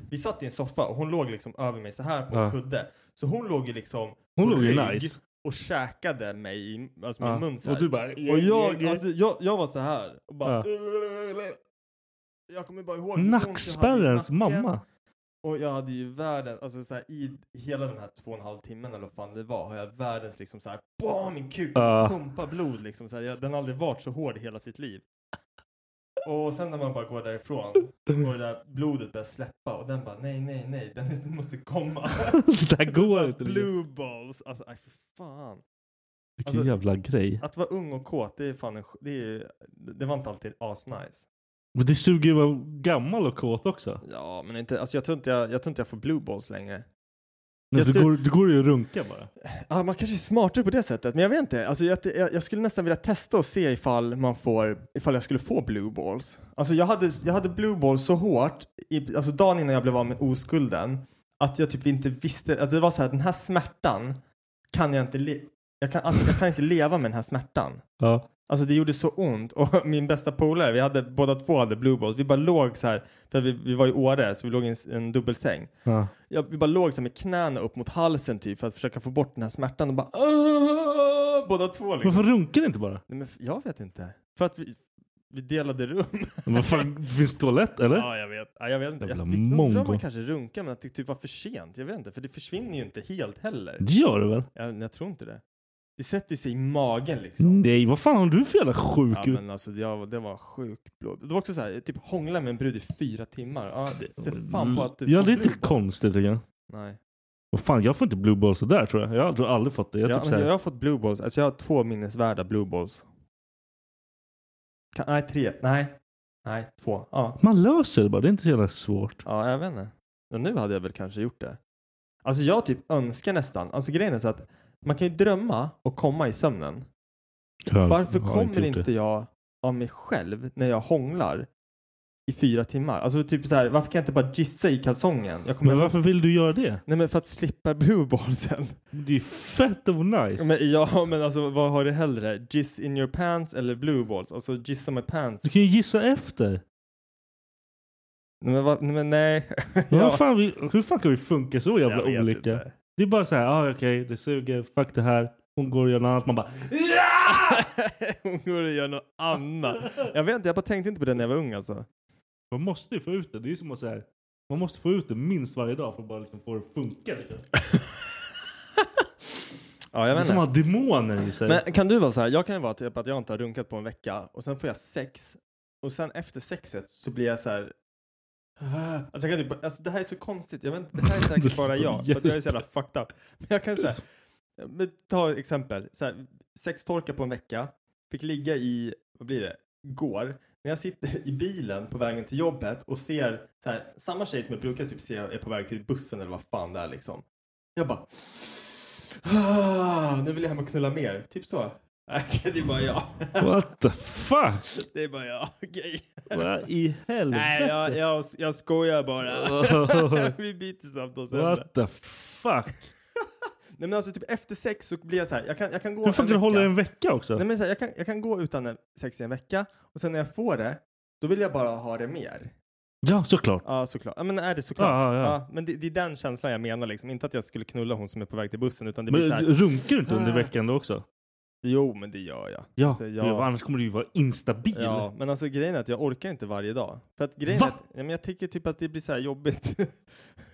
Vi satt i en soffa och hon låg liksom över mig så här på en
Ja.
kudde. Så hon låg ju liksom
Hon
på
låg ju
rygg
nice.
och käkade mig i alltså min
Ja.
mun så här.
Och
Och,
du bara...
jag, alltså, jag, jag var så här och bara... "Äh,
Ja.
Jag kommer bara ihåg hur ont jag hade i
Nackspärrens
nacken.
mamma.
Och jag hade ju världens, alltså så här, i hela den här två och en halv timmen eller vad fan det var, har jag världens liksom så här, bam, min kuk
Ja.
pumpar blod liksom. Så här, jag, den har aldrig varit så hård i hela sitt liv. Och sen när man bara går därifrån och det där blodet börjar släppa och den bara nej, nej, nej, den är- den måste komma.
det där går inte. Vilken
Blue balls, alltså aj, för fan. alltså-
jävla grej.
Att vara ung och kåt, det är fan en, sj- det, är, det var inte alltid asnice.
Men det suger ju att vara gammal och kåt också.
Ja, men inte, alltså jag tror inte jag, jag, tror inte jag får blue balls längre.
Men
Jag typ-
du,
tror-
Alltså, går, du går ju och runkar bara.
Ja, man kanske är smartare på det sättet, men jag vet inte. Alltså, jag, jag, jag skulle nästan vilja testa och se ifall, man får, ifall jag skulle få blue balls. Alltså, jag, hade, jag hade blue balls så hårt, i, alltså dagen innan jag blev av med oskulden, att jag typ inte visste. Att det var så här, den här smärtan kan jag inte, le- jag kan, alltså, jag kan inte leva med den här smärtan.
Ja.
Alltså det gjorde så ont och min bästa polare, vi hade, båda två hade blue balls. Vi bara låg så här, för vi, vi var i Åre så vi låg i en, s- en dubbelsäng.
Ja.
Jag vi bara låg så här med knäna upp mot halsen typ för att försöka få bort den här smärtan och bara "Åh!" båda två liksom.
Varför runkar ni inte bara?
Nej, men f- jag vet inte. För att vi, vi delade rum.
Vad fan, det finns toalett eller?
Ja, jag vet. Ja, jag vet inte. Jag
Jävla
undrar om
mongo.
man kanske runkar men att det typ var för sent. Jag vet inte, för det försvinner ju inte helt heller.
Det gör du väl?
Jag, jag tror inte det. Det sätter ju sig i magen liksom.
Nej, vad fan har du för jävla sjuk...
Ja men alltså det var, det var sjukt blod. Det var också så här, typ hångla med en brud i fyra timmar. Ja, det, se fan på att du
ja,
får
det är inte
blod.
konstigt tycker jag.
Nej.
Vad fan, jag får inte blue balls där tror jag. Jag har- tror jag aldrig fått det. Jag,
Jag,
typ så här,
men jag har fått blue balls. Alltså jag har två minnesvärda blue balls. Kan, nej, tre. Nej. Nej, två. Ja.
Man löser det bara, det är inte så jävla svårt.
ja, jag vet inte. Men nu hade jag väl kanske gjort det. Alltså jag typ önskar nästan. Alltså grejen är så att man kan ju drömma och komma i sömnen.
Jag har-
Varför
jag har
kommer
gjort
inte, jag av mig själv när jag hånglar i fyra timmar? Alltså typ så här, varför kan jag inte bara gissa i kalsongen? Jag kommer
Men varför vill du göra det?
Nej men för att slippa blue ballsen.
Det är ju fett och nice.
Men, ja men alltså vad har du hellre? Giss in your pants eller blue balls? Alltså gissa med pants.
Du kan ju gissa efter.
Nej men, vad- nej, men nej.
Men vad fan, vi, hur fan kan vi funka så jävla
Jag vet
olika?
inte.
Det är bara så här, ah, okej, det suger, fuck det här. Hon går och gör något annat. Man bara,
Hon går och gör något annat. Jag vet inte, jag bara tänkte inte på det när jag var ung alltså.
man måste ju få ut det. Det är som att så här, man måste få ut det minst varje dag för att bara liksom få det att funka. Liksom.
Ja jag
Det är
vet
som
inte.
att eh, ha demoner i sig.
Men kan du vara så här, jag kan ju vara typ att jag inte har runkat på en vecka och sen får jag sex och sen efter sexet så blir jag så här. "Ah." Alltså, jag kan typ, alltså det här är så konstigt, jag vet inte, det här är säkert bara jag för att jag är så jävla fucked up. Men jag kan säga, ta ett exempel, så här, sextorka på en vecka, fick ligga i, vad blir det, går. När jag sitter i bilen på vägen till jobbet och ser så här, samma tjej som jag brukar typ se är på väg till bussen eller vad fan det är liksom. Jag bara... "Ah, Nu vill jag hem och knulla mer. Typ så. Nej, Det är bara jag.
What the fuck?
Det är bara jag. Okej.
Vad i helvete?
Nej, jag, jag, jag skojar bara. Vi byter samtalsämne.
What the fuck?
Nej men alltså typ efter sex så blir jag så här. Jag kan, jag kan gå
Hur fan kan du
vecka.
hålla i en vecka också?
Nej men så här, jag, kan, jag kan gå utan en- sex i en vecka och sen när jag får det, då vill jag bara ha det mer.
Ja, såklart.
Ja såklart. Ja men är det såklart.
Ja, ja, ja.
men det, det är den känslan jag menar liksom. Inte att jag skulle knulla hon som är på väg till bussen utan det blir
Men
så här.
runkar du inte under veckan då också?
Jo men det gör jag.
Ja,
Alltså, jag-
men annars kommer du ju vara instabil.
Ja, men alltså grejen är att jag orkar inte varje dag. För att grejen
Va?
är att, ja, men jag tycker typ att det blir så här jobbigt.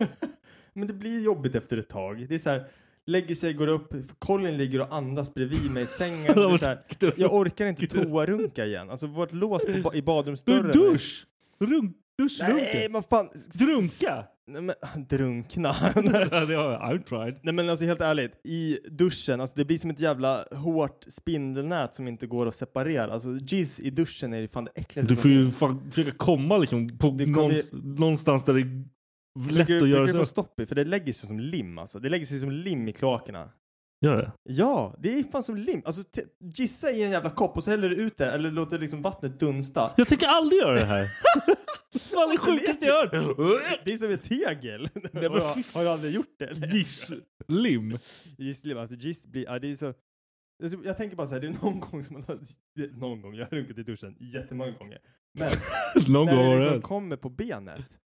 men det blir jobbigt efter ett tag. Det är så här, lägger sig, går upp, Colin ligger och andas bredvid mig i sängen. Det är så här, jag orkar inte toarunka igen. Alltså vårt lås på, ba- i badrumsdörren.
Du dusch! Runk, dusch,
Nej,
runka.
vad fan.
Drunka!
Nej, men, drunkna.
Ja, det har jag. I've tried.
Nej men alltså helt ärligt, i duschen, alltså det blir som ett jävla hårt spindelnät som inte går att separera. Alltså jizz i duschen är ju fan det äckligaste
Du
som
får ju
finns.
fan försöka komma liksom på
Det kommer ju-
någonst- någonstans där det är lätt
Brukar-
att göra
brukar du få
så.
stopp i? För det lägger sig som lim alltså. Det lägger sig som lim i kloakerna.
Gör det?
Ja, det är fan som lim. Alltså t- gissa i en jävla kopp och så häller du ut det eller låter liksom vattnet dunsta.
Jag tänker aldrig göra det här. Fan, det sjukaste jag hört.
Det är som ett tegel.
men
har, jag-
fy
har jag aldrig gjort det? eller?
Giss. Lim.
Gisslim, alltså giss blir, ja det är så. Alltså, Jag tänker bara så här, det är någon gång som man har, det- någon gång, jag har runkat i duschen jättemånga gånger. Men
Någon gång
när det
har det
liksom
hänt.
kommer på benet.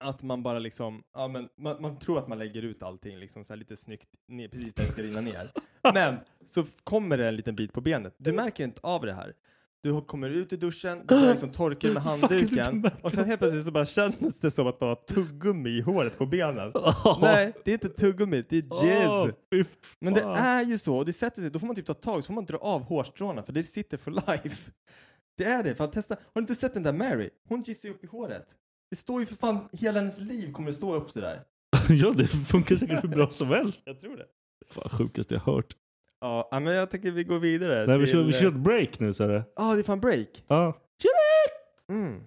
Att man bara liksom, ja men man, man tror att man lägger ut allting liksom så här lite snyggt ner, precis där det ska rinna ner. Men så f- kommer det en liten bit på benet. Du märker inte av det här. Du har- kommer ut i duschen, du börjar liksom torka dig med
Fuck, du inte
handduken
märker
och sen helt plötsligt så bara känns det som att man har tuggummi i håret på benen.
Åh.
Nej, det är inte tuggummi, det är
Åh,
jizz.
fy
Men det
fan.
är ju så, och det sätter sig. Då får man typ ta tag, så får man dra av hårstråna för det sitter för life. Det är det, fan testa. Har du inte sett den där Mary? Hon kissar ju upp i håret. Det står ju för fan, hela hennes liv kommer det stå upp sådär.
Ja, det funkar säkert hur bra som helst.
Jag tror det.
Fan, sjukaste jag hört.
Ja, ja, men jag tänker vi går vidare
Nej, vi
till- eh,
kör, vi kör ett break nu, så är det.
Ja, det är fan break.
Ja.
Mm.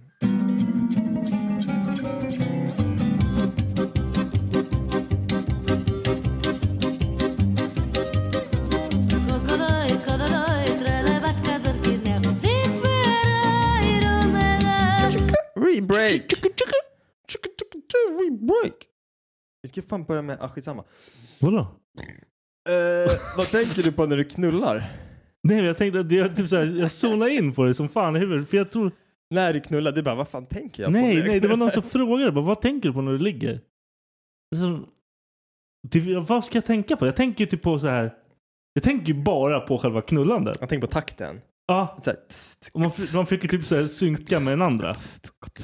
Re-break! Re-break! Vi ska fan börja med, ah skitsamma.
Vadå?
Eh, vad tänker du på när du knullar?
Nej, men jag tänkte att jag, typ såhär, jag zonade in på det som fan i huvudet. För jag tror...
När du knullar, du bara vad fan tänker jag på? när
Nej,
jag
nej, det var
knullar?"
någon som frågade. Bara, vad tänker du på när du ligger? Liksom, det, vad ska jag tänka på? Jag tänker ju typ på så här. Jag tänker ju bara på själva knullandet.
Jag tänker på takten.
Ja,
Så här, tss, tss,
och man, f- man fick ju typ så här synka med den andra.
tss.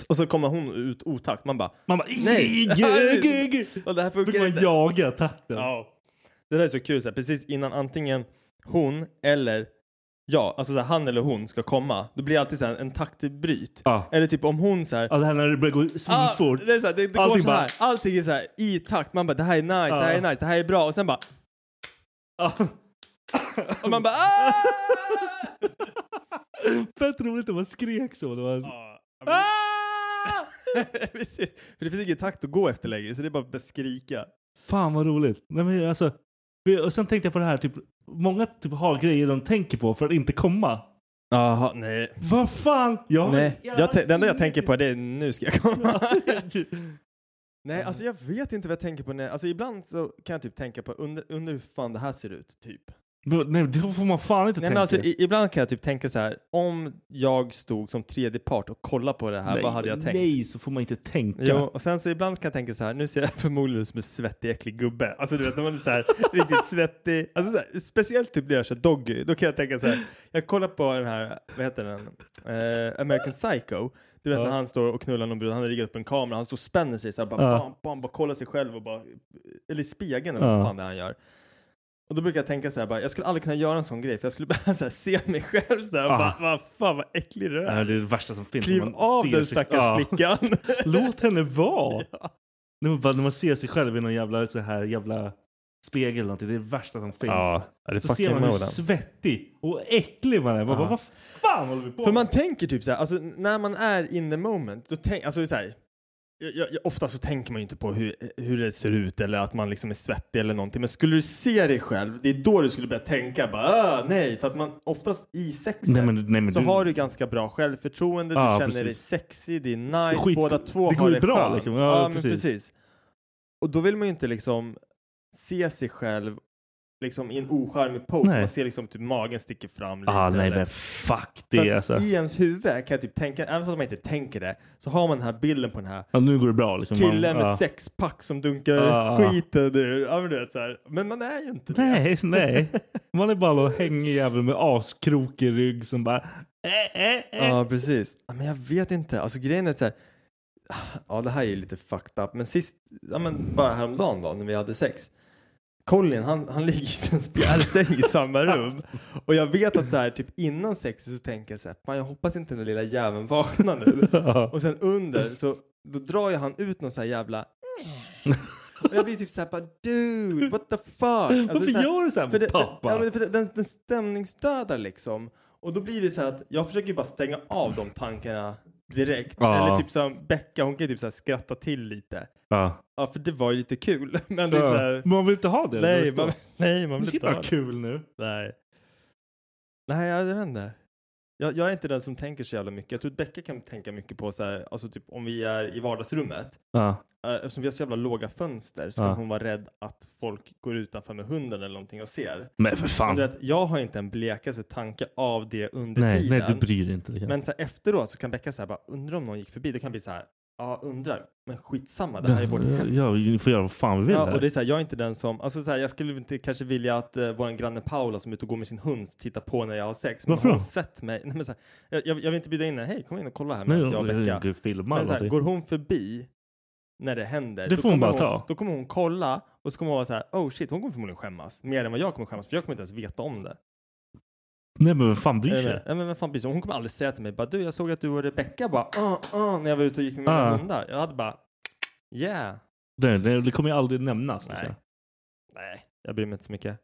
och så kommer hon ut otakt. Man bara
Man bara...
Nej.
"Ig, ig, ig, ig."
och det här
Då fick
funkar
man
inte.
jaga takten.
Ja. Det där är så kul, så här, precis innan antingen hon eller ja, alltså så här, han eller hon ska komma. Då blir det alltid så här, en taktbryt.
Ja.
Eller typ om hon så här,
Ja, det här när det börjar gå
Ah,
svinfort.
det är så här, det, det går
Allting
så här. Allting är så här i takt. Man bara det här är nice, det här är
Ja.
nice, det här är bra. Och sen bara
Ja.
och man bara ah!
Fett roligt att man skrek så. Det var...
Ah! Precis. För det finns ingen takt att gå efter längre, så det är bara att beskrika.
Fan vad roligt. Nej, men alltså, och sen tänkte jag på det här, typ, många typ har grejer de tänker på för att inte komma.
Jaha, nej.
Vad fan! Jag,
nej. Jag, te- det enda jag tänker på är det, nu ska jag komma. Nej,
Mm.
alltså jag vet inte vad jag tänker på när, alltså ibland så kan jag typ tänka på under, under hur fan det här ser ut, typ.
Nej, det får man fan inte
Nej, men alltså,
tänka.
i, ibland kan jag typ tänka så här, om jag stod som tredje part och kollade på det här,
nej,
vad hade jag tänkt?
Nej, så får man inte tänka.
Jo, och sen så ibland kan jag tänka så här, nu ser jag förmodligen ut som en svettig äcklig gubbe. Alltså du vet när man är så här riktigt svettig. Alltså så här, speciellt typ när jag kör Doggy, då kan jag tänka så här, jag kollar på den här, vad heter den, eh, American Psycho. Du vet
Ja.
när han står och knullar någon brud, han har riggat upp en kamera, han står och spänner sig så här, bara,
Ja.
bam, bam, bara kollar sig själv och bara, eller i spegeln eller
Ja.
vad fan det är han gör. Och då brukar jag tänka så här, bara, jag skulle aldrig kunna göra en sån grej för jag skulle bara så här, se mig själv så här, och
Ah.
bara, vad fan vad äcklig du
Det
är.
här är det värsta som finns.
Kliv
Man
av
ser
den
sig- Ah.
stackars
Ja.
flickan.
Låt henne vara!
Ja.
När man, bara, när man ser sig själv i någon jävla, så här, jävla spegel eller någonting, det är det värsta som finns.
Ja, det
Så ser man hur svettig och äcklig man är. Man
Ja.
bara, vad fan håller vi på
För man
med?
tänker typ så här, alltså när man är in the moment, då tänk, alltså så här, jag, jag, jag- ofta så tänker man ju inte på hur, hur det ser ut eller att man liksom är svettig eller någonting. Men skulle du se dig själv, det är då du skulle börja tänka bara "Ah, nej, för att man oftast i sexet
Nej, men, nej, men
så
du,
har du ganska bra självförtroende, du
Ja,
känner dig
precis.
sexig, det är nice,
Skit-
båda två
det går
har
ju
det
bra,
skönt.
liksom. Ja,
Ja, men
precis.
precis. Och då vill man ju inte liksom se sig själv liksom i en ocharmig pose,
Nej.
man ser liksom typ magen sticker fram lite.
Ah, nej
eller-
men fuck
för
det
att
alltså.
I ens huvud kan jag typ tänka, även fast man inte tänker det, så har man den här bilden på den här
Ja, nu går det bra liksom. Man-
killen med
ja.
sexpack som dunkar
Ja.
skiten ur. Ja, men, du vet, så här. men man är ju inte det.
Nej, nej. Man är bara någon hängig jävel med askrok i rygg som bara... Äh, äh, äh.
Ja, precis. Ja, Men jag vet inte. Alltså grejen är så här. ah, Ja, det här är ju lite fucked up. Men sist, ja men bara häromdagen då, när vi hade sex. Colin, han, han ligger i sin spjälsäng i samma rum. Och jag vet att så här, typ innan sexet så tänker jag så här, fan jag hoppas inte den där lilla jäveln vaknar nu. Och sen under så, då drar ju han ut någon så här jävla Och jag blir typ så här, bara, dude, what the fuck. Alltså,
Varför
så här-
gör du så här
för
mot
det,
pappa?
Ja, men för det, den, den stämningsdödar liksom. Och då blir det så här att jag försöker ju bara stänga av de tankarna direkt.
Ja.
Eller typ så här, Becka, hon kan ju typ så här skratta till lite.
Ja.
Ja, för det var ju lite kul. Men det är så här,
Men man vill inte ha det?
nej,
det
man, nej, man
vill
vill inte ha det.
kul nu.
Nej. Nej, jag jag vet inte. Jag, jag är inte den som tänker så jävla mycket. Jag tror att Becka kan tänka mycket på så här, alltså typ om vi är i vardagsrummet.
Ja.
Eh, Eftersom vi har så jävla låga fönster så
Ja.
kan hon vara rädd att folk går utanför med hunden eller någonting och ser.
Men för
Men du
fan.
vet, jag har inte en blekaste tanke av det under
Nej,
tiden.
nej, du bryr dig inte. Liksom.
Men så här, efteråt så kan Becka säga bara undrar om någon gick förbi. Det kan bli så här, ja undrar, men skitsamma, det här är vårt hem.
Ja, vi får göra vad fan vi vill
Ja,
här.
och det är så här, jag är inte den som, alltså så här, jag skulle inte kanske vilja att eh, vår granne Paula som är ute och går med sin hund tittar på när jag har sex. Men
Varför
har hon
då?
sett mig? Nej, men så här, jag, jag jag vill inte bjuda in henne, hej kom in och kolla här
Nej,
medan jag och Becka.
du filmar
Men så här,
någonting.
går hon förbi när det händer,
Det
då
får hon
kommer
bara ta.
Då kommer hon kolla och så kommer hon vara så här, oh shit, hon kommer förmodligen skämmas. Mer än vad jag kommer skämmas, för jag kommer inte ens veta om det.
Nej, men vem fan
Är
bryr
du med?
sig?
Nej, men vem fan bryr sig? Hon kommer aldrig säga till mig, bara du, jag såg att du och Rebecca bara, ah, ah, när jag var ute och gick med mina
Ah.
hundar. Jag hade bara, yeah.
Det, det, det kommer ju aldrig nämnas.
Nej.
Liksom.
Nej, jag bryr mig inte så mycket.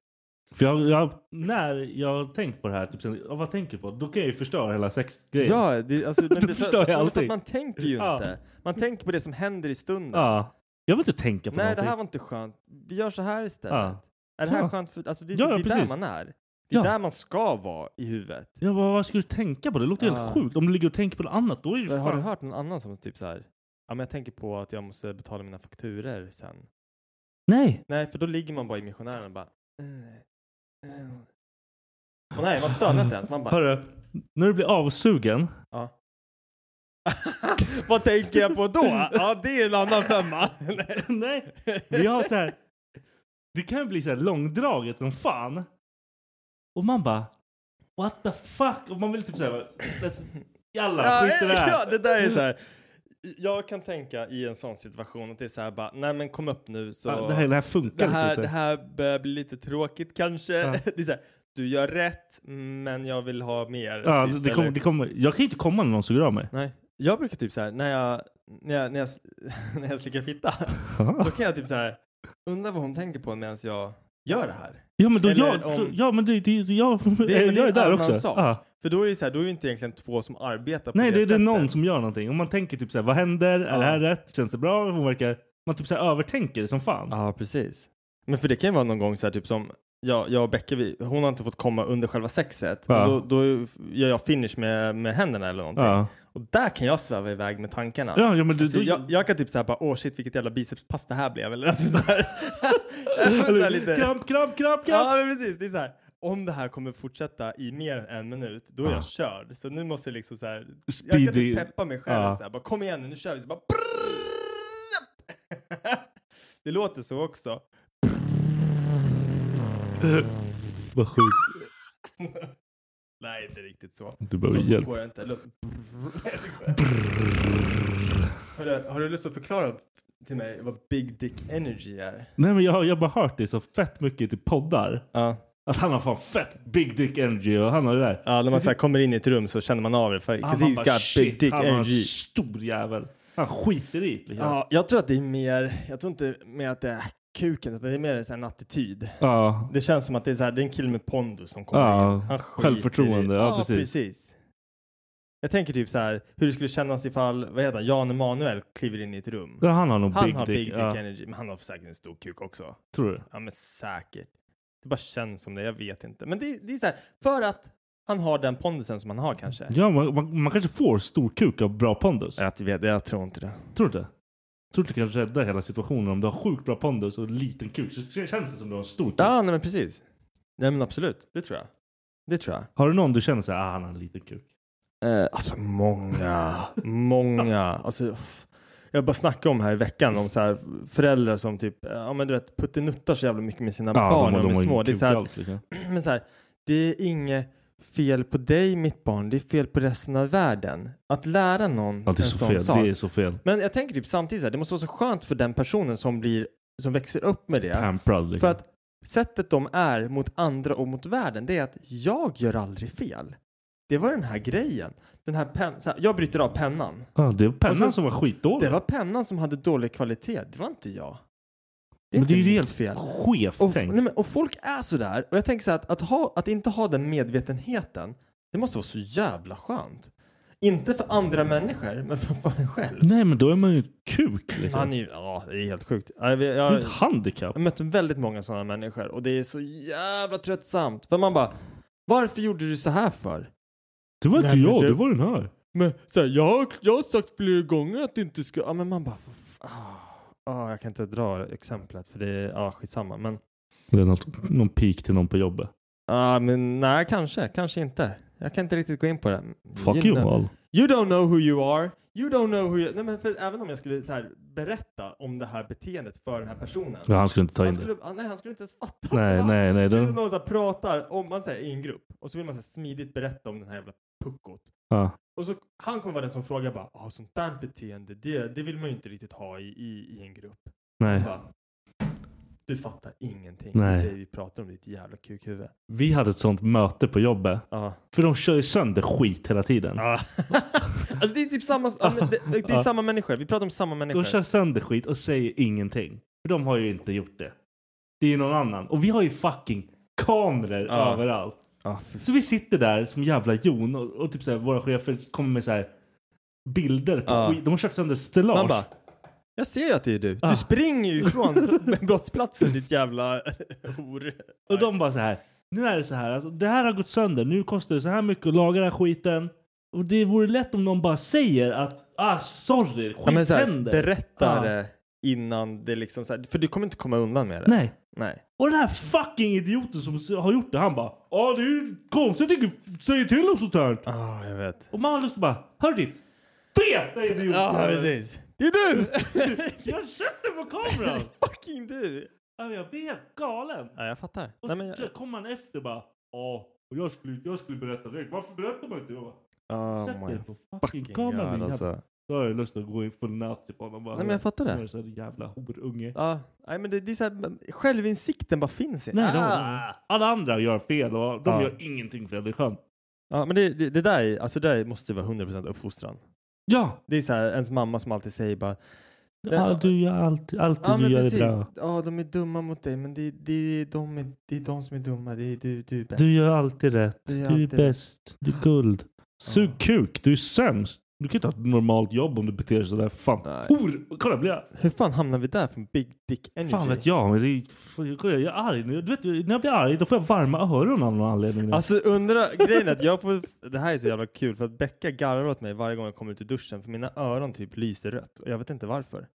För jag, jag, när jag har tänkt på det här, typ, sen, ja, vad tänker du på? Då kan jag ju förstöra hela sexgrejen.
Ja, det, alltså, men
Då
det, för-
förstör jag
men för att
allting.
Man tänker ju
Ja.
inte. Man tänker på det som händer i stunden.
Ja. Jag vill inte tänka på
Nej, det
någonting.
här var inte skönt. Vi gör så här istället.
Ja.
Är det här
Ja.
skönt? För, alltså, det är,
Ja,
det
ja,
är där
precis.
man är. Det är
Ja.
där man ska vara i huvudet.
Ja, vad, vad ska du tänka på? Det låter
Ja.
helt sjukt. Om du ligger och tänker på något annat, då är det
Men
fan...
har du hört någon annan som typ så här, ja men jag tänker på att jag måste betala mina fakturer sen.
Nej!
Nej, för då ligger man bara i missionären och bara... eh, eh. Och nej, man stönar inte ens. Man bara...
Mm. Hörru, när du blir avsugen,
Ja. Vad tänker jag på då? Ja, det är en annan femma.
Nej, vi har så här. Det kan bli så här långdraget som fan. Och man bara, what the fuck? Och man vill typ såhär, jalla,
Ja,
skit i det
ja,
här.
det där är så här. Jag kan tänka i en sån situation att det är så här bara, nej men kom upp nu så...
Ja, Det här, det
det
här funkar
här,
inte.
det här börjar bli lite tråkigt kanske.
Ja.
Det är så här, du gör rätt, men jag vill ha mer.
ja,
typ,
det kommer,
eller-
det kommer, jag kan ju inte komma när någon suger av mig.
Nej. Jag brukar typ så här, när jag, när jag, när jag, när jag slickar fitta, då kan jag typ så här, undra vad hon tänker på medan jag gör det här.
Ja men då
Eller
jag,
om-
ja, men det, det, jag,
men det är
jag är
en
där
annan
också.
sak.
Ja.
För då är det så här, då är det inte egentligen två som arbetar på det
Nej, det, det är
sättet.
någon som gör någonting. Om man tänker typ så här, vad händer? Är det här rätt? Känns det bra? Hon verkar... Man typ så här övertänker det som fan.
Ja, precis. Men för det kan ju vara någon gång så här, typ som jag, jag och Becka, vi, hon har inte fått komma under själva sexet.
Ja.
Då, då gör jag finish med, med händerna eller någonting.
Ja,
Och där kan jag sväva iväg med tankarna.
ja, ja men du...
Så
du
jag, jag kan typ såhär bara åh shit vilket jävla bicepspass det här blev eller alltså, såhär. så här lite.
Alltså, Kramp, kramp, kramp, kramp!
Ja men precis, det är såhär. Om det här kommer fortsätta i mer än en minut, då är jag körd. Så nu måste jag liksom såhär, jag kan
Speedy.
typ peppa mig själv
Ja.
såhär, bara kom igen nu, nu kör vi. Så bara, brrrr. det låter så också.
Vad sjukt.
Nej, inte riktigt så.
Du behöver
så
hjälp.
går jag inte. Eller- Jag skojar. Har du, har du lust att förklara till mig vad big dick energy är?
Nej, men jag, har- jag har bara hört det så fett mycket till poddar.
Ja.
Att han har fan fett big dick energy och han har det där.
Ja, när man så här kommer in i ett rum så känner man av det. För, 'cause
han
he's got big dick
han har en
energy.
stor jävel. Han skiter i det. liksom.
Ja, jag tror att det är mer, jag tror inte mer att det är kuken, utan det är mer så här en attityd.
Ja.
Det känns som att det är, så här, det är en kille med pondus som kommer
Ja,
in. Han skiter i-
självförtroende. Ja, precis.
Jag tänker typ så här, hur det skulle kännas ifall, vad heter han, Jan Emanuel kliver in i ett rum.
Ja, Han har nog
Han
big
har
dick.
big dick
ja.
energy, men han har säkert en stor kuk också.
Tror du?
Ja men säkert. Det bara känns som det, jag vet inte. Men det, det är så här, för att han har den pondusen som han har kanske.
Ja, man, man, man kanske får stor kuk av bra pondus.
Jag, vet, jag tror inte det.
Tror du inte? Tror du att du kan rädda hela situationen om du har sjukt bra pondus och liten kuk? Så känns det som du har en stor kuk.
Ja, nej men precis. Nej men absolut, det tror jag. Det tror jag.
Har du någon du känner såhär, ah han har en liten kuk?
Eh, alltså många, många. Alltså, f- jag bara snackade om här i veckan om så här föräldrar som typ, eh, ja men du vet, puttinuttar så jävla mycket med sina barn när de, är
ju
små. Det är
kuk
så här,
alls, liksom.
men så här, det är inget fel på dig mitt barn, det är fel på resten av världen. Att lära någon
Ja, det, är
en
så
sån
fel.
sak.
det är så fel.
Men jag tänker typ samtidigt så här, det måste vara så skönt för den personen som blir, som växer upp med det.
Pamprad liksom.
För att sättet de är mot andra och mot världen, det är att jag gör aldrig fel. Det var den här grejen. Den här pen, så här, jag bryter av pennan.
Ja, det var pennan
Och sen-
som var skitdålig.
Alltså, Det var pennan som hade dålig kvalitet, det var inte jag. Det är
men det
inte
är
mitt
ju helt
fel.
skevt
Och, nej,
tänkt.
men, och folk är sådär. Och jag tänker så här, att, att, ha, att inte ha den medvetenheten, det måste vara så jävla skönt. Inte för andra människor, men för för en själv.
Nej men då är man ju kuk liksom.
Han är ju, ja det är helt sjukt. Ja, Jag,
Det är ju
jag,
ett handikapp.
Jag har mött väldigt många sådana människor och det är så jävla tröttsamt. För man bara, varför gjorde du så här för?
Det var inte
Nej, men
jag,
det-
det var den här.
Men så här, jag, har- jag har sagt flera gånger att det inte ska... Ja men man bara, vad f- ah, ah, jag kan inte dra exemplet för det är, ja ah, skitsamma. Men,
Det är något, någon pik till någon på jobbet.
ah, men nej kanske, kanske inte. Jag kan inte riktigt gå in på det.
Fuck you all.
You don't know who you are. You don't know who you... Nej men för, även om jag skulle så här, berätta om det här beteendet för den här personen.
Ja, han skulle inte ta in
Han
det.
skulle, ah, nej, han skulle inte ens fatta. att det
Nej,
var-
nej, nej.
Det är som
Då,
någon så här pratar om man säger i en grupp och så vill man så här smidigt berätta om den här jävla puckot.
ja.
Och så han kommer vara den som frågar bara, ah, sånt där beteende, det, det vill man ju inte riktigt ha i, i, i en grupp.
Nej.
Man Bara, du fattar ingenting.
Nej.
Det är det vi pratar om, ditt jävla kukhuvud.
Vi hade ett sånt möte på jobbet.
Ja.
För de kör ju sönder skit hela tiden.
alltså det är typ samma, ja, men det, det är
Ja.
samma människor, vi pratar om samma
De
människor.
kör sönder skit och säger ingenting. För de har ju inte gjort det. Det är ju någon annan. Och vi har ju fucking kameror
Ja.
överallt.
Ja, för-
Så vi sitter där som jävla Jon och, och typ såhär, våra chefer kommer med såhär bilder på
Ja.
skit. De har kört sönder stellage.
Man bara, jag ser ju att det är du.
Ah.
Du springer ju ifrån pr- brottsplatsen ditt jävla hor.
Och de bara så här. Nu är det så här. Alltså, det här har gått sönder. Nu kostar det så här mycket att laga den här skiten. Och det vore lätt om någon bara säger att ah sorry, skit
Ja, men så här,
händer.
berätta
Ja.
det innan det liksom så här, för du kommer inte komma undan med det.
Nej.
Nej.
Och den här fucking idioten som s- har gjort det han bara ah det är ju konstigt att du säger till om sånt här.
Ja, jag vet.
Och man har lust att bara hör din feta idiot.
precis. Det är du!
Jag har sett det på kameran.
Fucking du!
Ja, men jag blir helt galen.
Ja, jag fattar.
Och
Nej, men jag,
så kommer han efter bara ja och jag skulle, jag skulle berätta direkt. Varför berättar man inte? Jag bara,
oh
Sätt
my
dig på fucking
fucking
kameran din
god
jävla
alltså.
Då har jag lust att gå in full nazi på honom. Bara,
Nej, men jag fattar
Nu är
det. Ah.
så här jävla horunge.
Ja, nej men det, det är så här, självinsikten bara finns inte.
Nej, de,
ah.
Alla andra gör fel och de
Ja.
gör ingenting fel. Det är skönt.
Ja, men det, det, det där, är- alltså det där måste ju vara 100% uppfostran.
Ja,
Det är så här, ens mamma som alltid säger bara
Ja, du gör alltid, alltid
Ja,
du
men
gör
precis.
det bra.
Ja, de är dumma mot dig, men det, det, de är, det är de som är dumma. Det är du, du är bäst.
Du gör alltid rätt.
Du
Du,
gör
är
alltid
bäst. Du är guld. Sug kuk. Du är sämst. Du kan inte ha ett normalt jobb om du beter dig sådär. Fan.
Nej.
Hor! Kolla, blir jag...
Hur fan hamnar vi där från Big Dick Energy?
Fan vet jag. Men det är... fan, kolla, Jag är arg nu. Du vet, när jag blir arg då får jag varma öron av någon anledning. nu.
Alltså undra, grejen är att jag får, det här är så jävla kul för att Becka garvar åt mig varje gång jag kommer ut ur duschen för mina öron typ lyser rött och jag vet inte varför.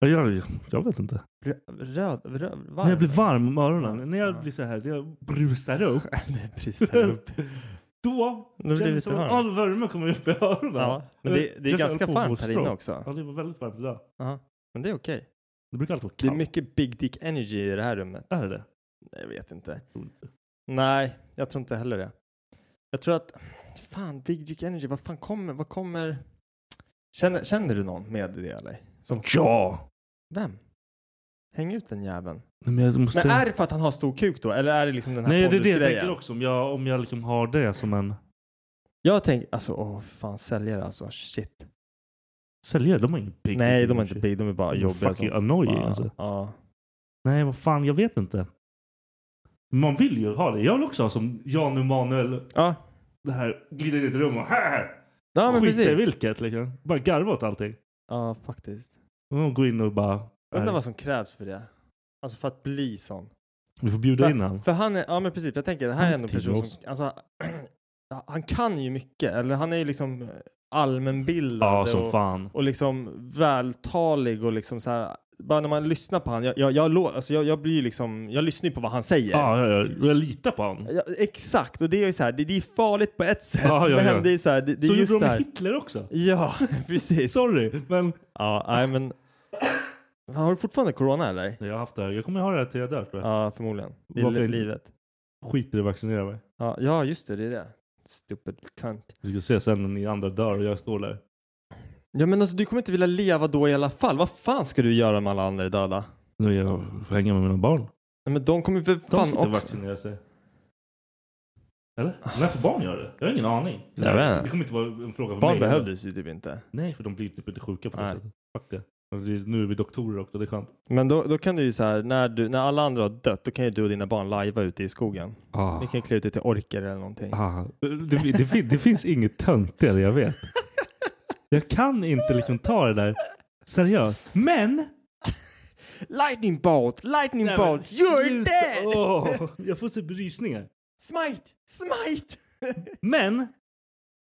jag, jag, jag vet inte.
Röd, röd, röd varm.
När jag blir varm om öronen.
Ja.
När jag
Ja.
blir så här. När jag brusar upp.
Nej, precis. jag upp.
Då
Då blir
känns
det
det
lite
som att
varmt.
all värme kommer upp i öronen.
Ja, men det, det är
Jag
ganska
känner på
varmt här
vårstråk.
inne också.
Ja, det var väldigt varmt idag.
Ja, men det är okej.
Det brukar alltid vara
Det är
kallt.
mycket Big Dick Energy i det här rummet.
Är det det?
Nej, jag vet inte. Nej, jag tror inte heller det. Jag tror att, fan, Big Dick Energy, vad fan kommer, vad kommer... Känner, känner du någon med det eller? Som,
Ja!
Vem? Häng ut den jäveln.
Nej, men jag måste...
Men är det för att han har stor kuk då? Eller är det liksom den här
Nej, det är det jag
pondusgrejen?
tänker också. Om jag, om jag liksom har det som en
Jag tänker, alltså åh fan säljare alltså, shit.
säljare, de har ingen big
Nej,
dick
de är
energy.
inte big, de är bara
De är
jobbiga
fucking
som
annoying,
fan.
alltså.
Ja.
Nej, vad fan, jag vet inte. Man vill ju ha det. Jag vill också ha som Jan Emanuel,
Ja.
det här glider in i ett rum och här,
ja, men
skiter i
precis.
vilket liksom. Bara garva åt allting.
Ja, faktiskt.
Och gå in och bara,
Undrar
Nej.
vad som krävs för det. Alltså för att bli sån.
vi får bjuda in honom.
För han är, ja men precis, för jag tänker det här
Han
är ändå en
tillhör
person som, alltså, han kan ju mycket, eller han är ju liksom allmänbildad
Ja, som
och,
fan.
och liksom vältalig och liksom så här, bara när man lyssnar på han, jag, jag, jag, lå- alltså, jag, jag blir ju liksom, jag lyssnar ju på vad han säger.
Ja, ja, ja. jag litar på honom.
Ja, exakt, och det är ju så här, det, det är farligt på ett sätt,
Ja, ja,
men
ja.
det är så här, det, det är
Så
just
gjorde
det
de
här.
med Hitler också.
Ja, precis.
Sorry, men
Ja, nej men. Har du fortfarande corona eller?
jag har haft det här. Jag kommer ha det här till jag dör tror jag.
Ja, förmodligen. Det är
Varför
li-
inte?
livet.
Skiter i att vaccinera mig.
Ja, ja, just det, det är det. Stupid cunt.
Vi ska se sen när ni andra dör och jag står där.
Ja men alltså du kommer inte vilja leva då i alla fall. Vad fan ska du göra med alla andra döda?
Nu jag får hänga med mina barn.
Nej men de kommer för
De
fan
ska inte
också...
vaccinera sig. Eller? När får barn göra det? Jag har ingen aning.
Jag vet inte.
Det kommer inte vara en fråga för
Barn
mig.
behövdes ju typ inte.
Nej, för de blir typ inte sjuka på det
Nej.
sättet. Fuck det. Och det är- Nu är vi doktorer också, det är skönt.
Men då, då kan du ju så här, när, du, när alla andra har dött, då kan ju du och dina barn lajva ute i skogen.
Ah.
Ni kan ju klä ut er till orker eller någonting.
Ah. Det, det, fin- det finns inget töntigare jag vet. Jag kan inte liksom ta det där seriöst. Men!
Lightning bolt! Lightning
Nej, men
bolt! You're
sluta.
dead!
Åh, jag får typ rysningar.
Smite! Smite!
Men!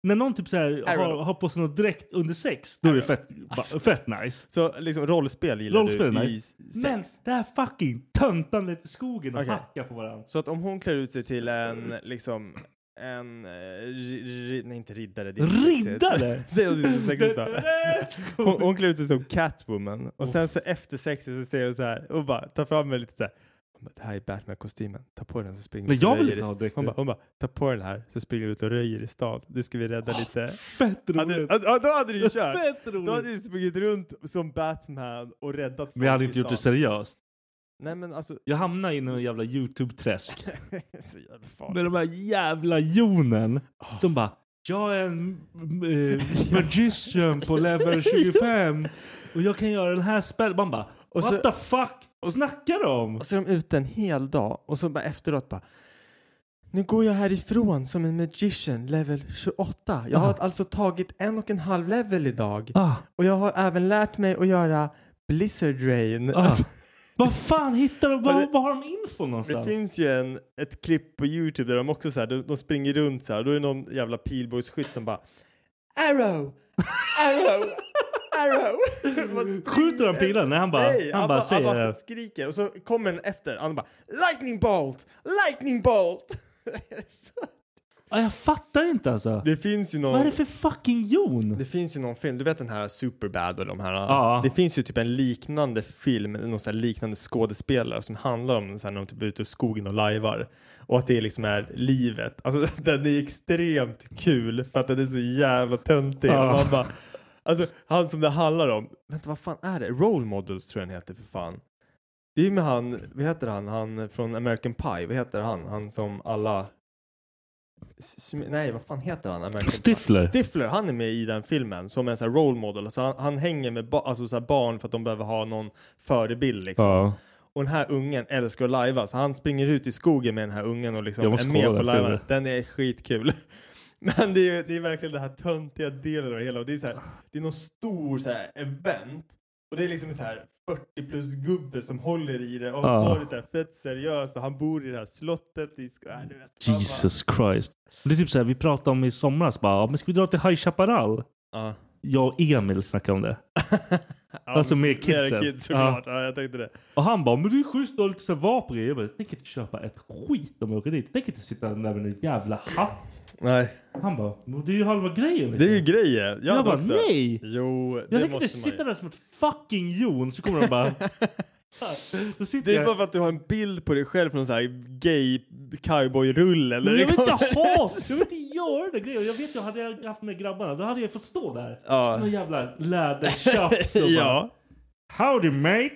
När någon typ så här
Iron
har,
Man.
har på sig något direkt under sex, då är det fett, ba- fett nice.
Så liksom rollspel gillar
Rollspel,
du
nej.
i s- sex.
Men det här fucking töntandet i skogen och
Okej.
hacka på varandra.
Så att om hon klär ut sig till en, liksom, en, eh, ri, ri, nej inte riddare. det är inte sexigt.
Riddare!
Säg vad du sexigt då. Hon,
Hon,
hon klär ut sig som Catwoman och sen så efter sexet så ser hon så här och bara tar fram en lite så här. Hon bara, det här är Batman-kostymen, ta på den så springer
Nej,
ut och
jag vill
röjer
inte
i-
ha dräkter.
Hon bara, hon bara, ta på den här så springer vi ut och röjer i stad. Nu ska vi rädda lite.
Fett
Hade,
roligt!
ja, då hade du ju kört.
Fett roligt!
Då hade du sprungit runt som Batman och räddat folk
Men jag hade
i
inte gjort det
stan.
seriöst.
Nej men alltså,
Jag hamnade i någon jävla YouTube-träsk
så jävla farligt.
med de här jävla jonen
Ah.
som bara jag är en eh, magician på level 25 och jag kan göra den här spel. Man bara
Och så-
what the fuck
och-
snackar de om?
Och så är de ute en hel dag och så bara efteråt bara Nu går jag härifrån som en magician level 28. Jag har
Ah.
alltså tagit en och en halv level idag.
Ah,
Och jag har även lärt mig att göra blizzard rain.
ah.
Alltså,
vad fan hittar de?
Men det-
Vad, vad har de info
det
någonstans?
finns ju en, ett klipp på Youtube där de också så här, de, de springer runt så här. Då är det någon jävla pilbågsskytt som bara Arrow! Arrow! Arrow! Vad springer-
Skjuter han pilen? Nej, han bara,
Nej,
han bara säger
han bara skriker och så kommer den efter. Han bara Lightning bolt! Lightning bolt! Så-
Ja, Jag fattar inte alltså.
det finns ju någon...
Vad är det för fucking jon?
Det finns ju någon film, du vet den här Superbad och de här.
Ja.
Det finns ju typ en liknande film, någon sån här liknande skådespelare som handlar om så här, när de typ är ute i skogen och lajvar. Och att det liksom är livet. Alltså den är extremt kul för att den är så jävla töntig.
Ja.
Och Man bara, alltså han som det handlar om, vänta vad fan är det? Role Models tror jag den heter för fan. Det är ju med han, vad heter han, han från American Pie, vad heter han? Han som alla S- Sm- Nej, vad fan heter han? American
Stifler.
Pie. Stifler, han är med i den filmen som en sån här role model. Alltså han, han hänger med ba- alltså så här barn för att de behöver ha någon förebild liksom.
Ja.
Och den här ungen älskar att lajva, så han springer ut i skogen med den här ungen och liksom
Jag måste
är med
kolla
på
den
lajvan.
filmen.
Den är skitkul. Men det är, ju- det är verkligen det här töntiga delen av det hela. Och det är så här, det är någon stor så här event och det är liksom så här 40 plus gubbe som håller i det och
Ja.
tar det så här fett seriöst och han bor i det här slottet. I sk- äh, du vet.
Jesus Christ. Det är typ så här, vi pratade om i somras bara, "Ja, men ska vi dra till High Chaparral?
Ja.
Jag och Emil snackade om det. Alltså med kidsen.
kids såklart. Ja. jag tänkte det.
Och han bara, men det är schysst att ha lite så här vapen i." Jag bara, jag tänker inte köpa ett skit om jag åker dit. Jag tänker inte sitta där med en jävla hatt.
Nej.
Han bara, men det är ju halva grejen.
Det är ju grejer. Jag,
jag
hade
bara,
också.
nej!
Jo, det
Jag tänker inte
måste man ju.
sitta där som ett fucking jon. Så kommer de bara... Då sitter
Det är
jag-
bara för att du har en bild på dig själv från en sån här gay cowboy-rulle. eller
Men jag vill
det
inte
kommer-
ha! Jag vill inte göra den grejen. Jag vet ju, hade jag haft med grabbarna då hade jag fått stå där.
Ja.
Någon jävla lädertjafs och bara
ja.
Howdy mate!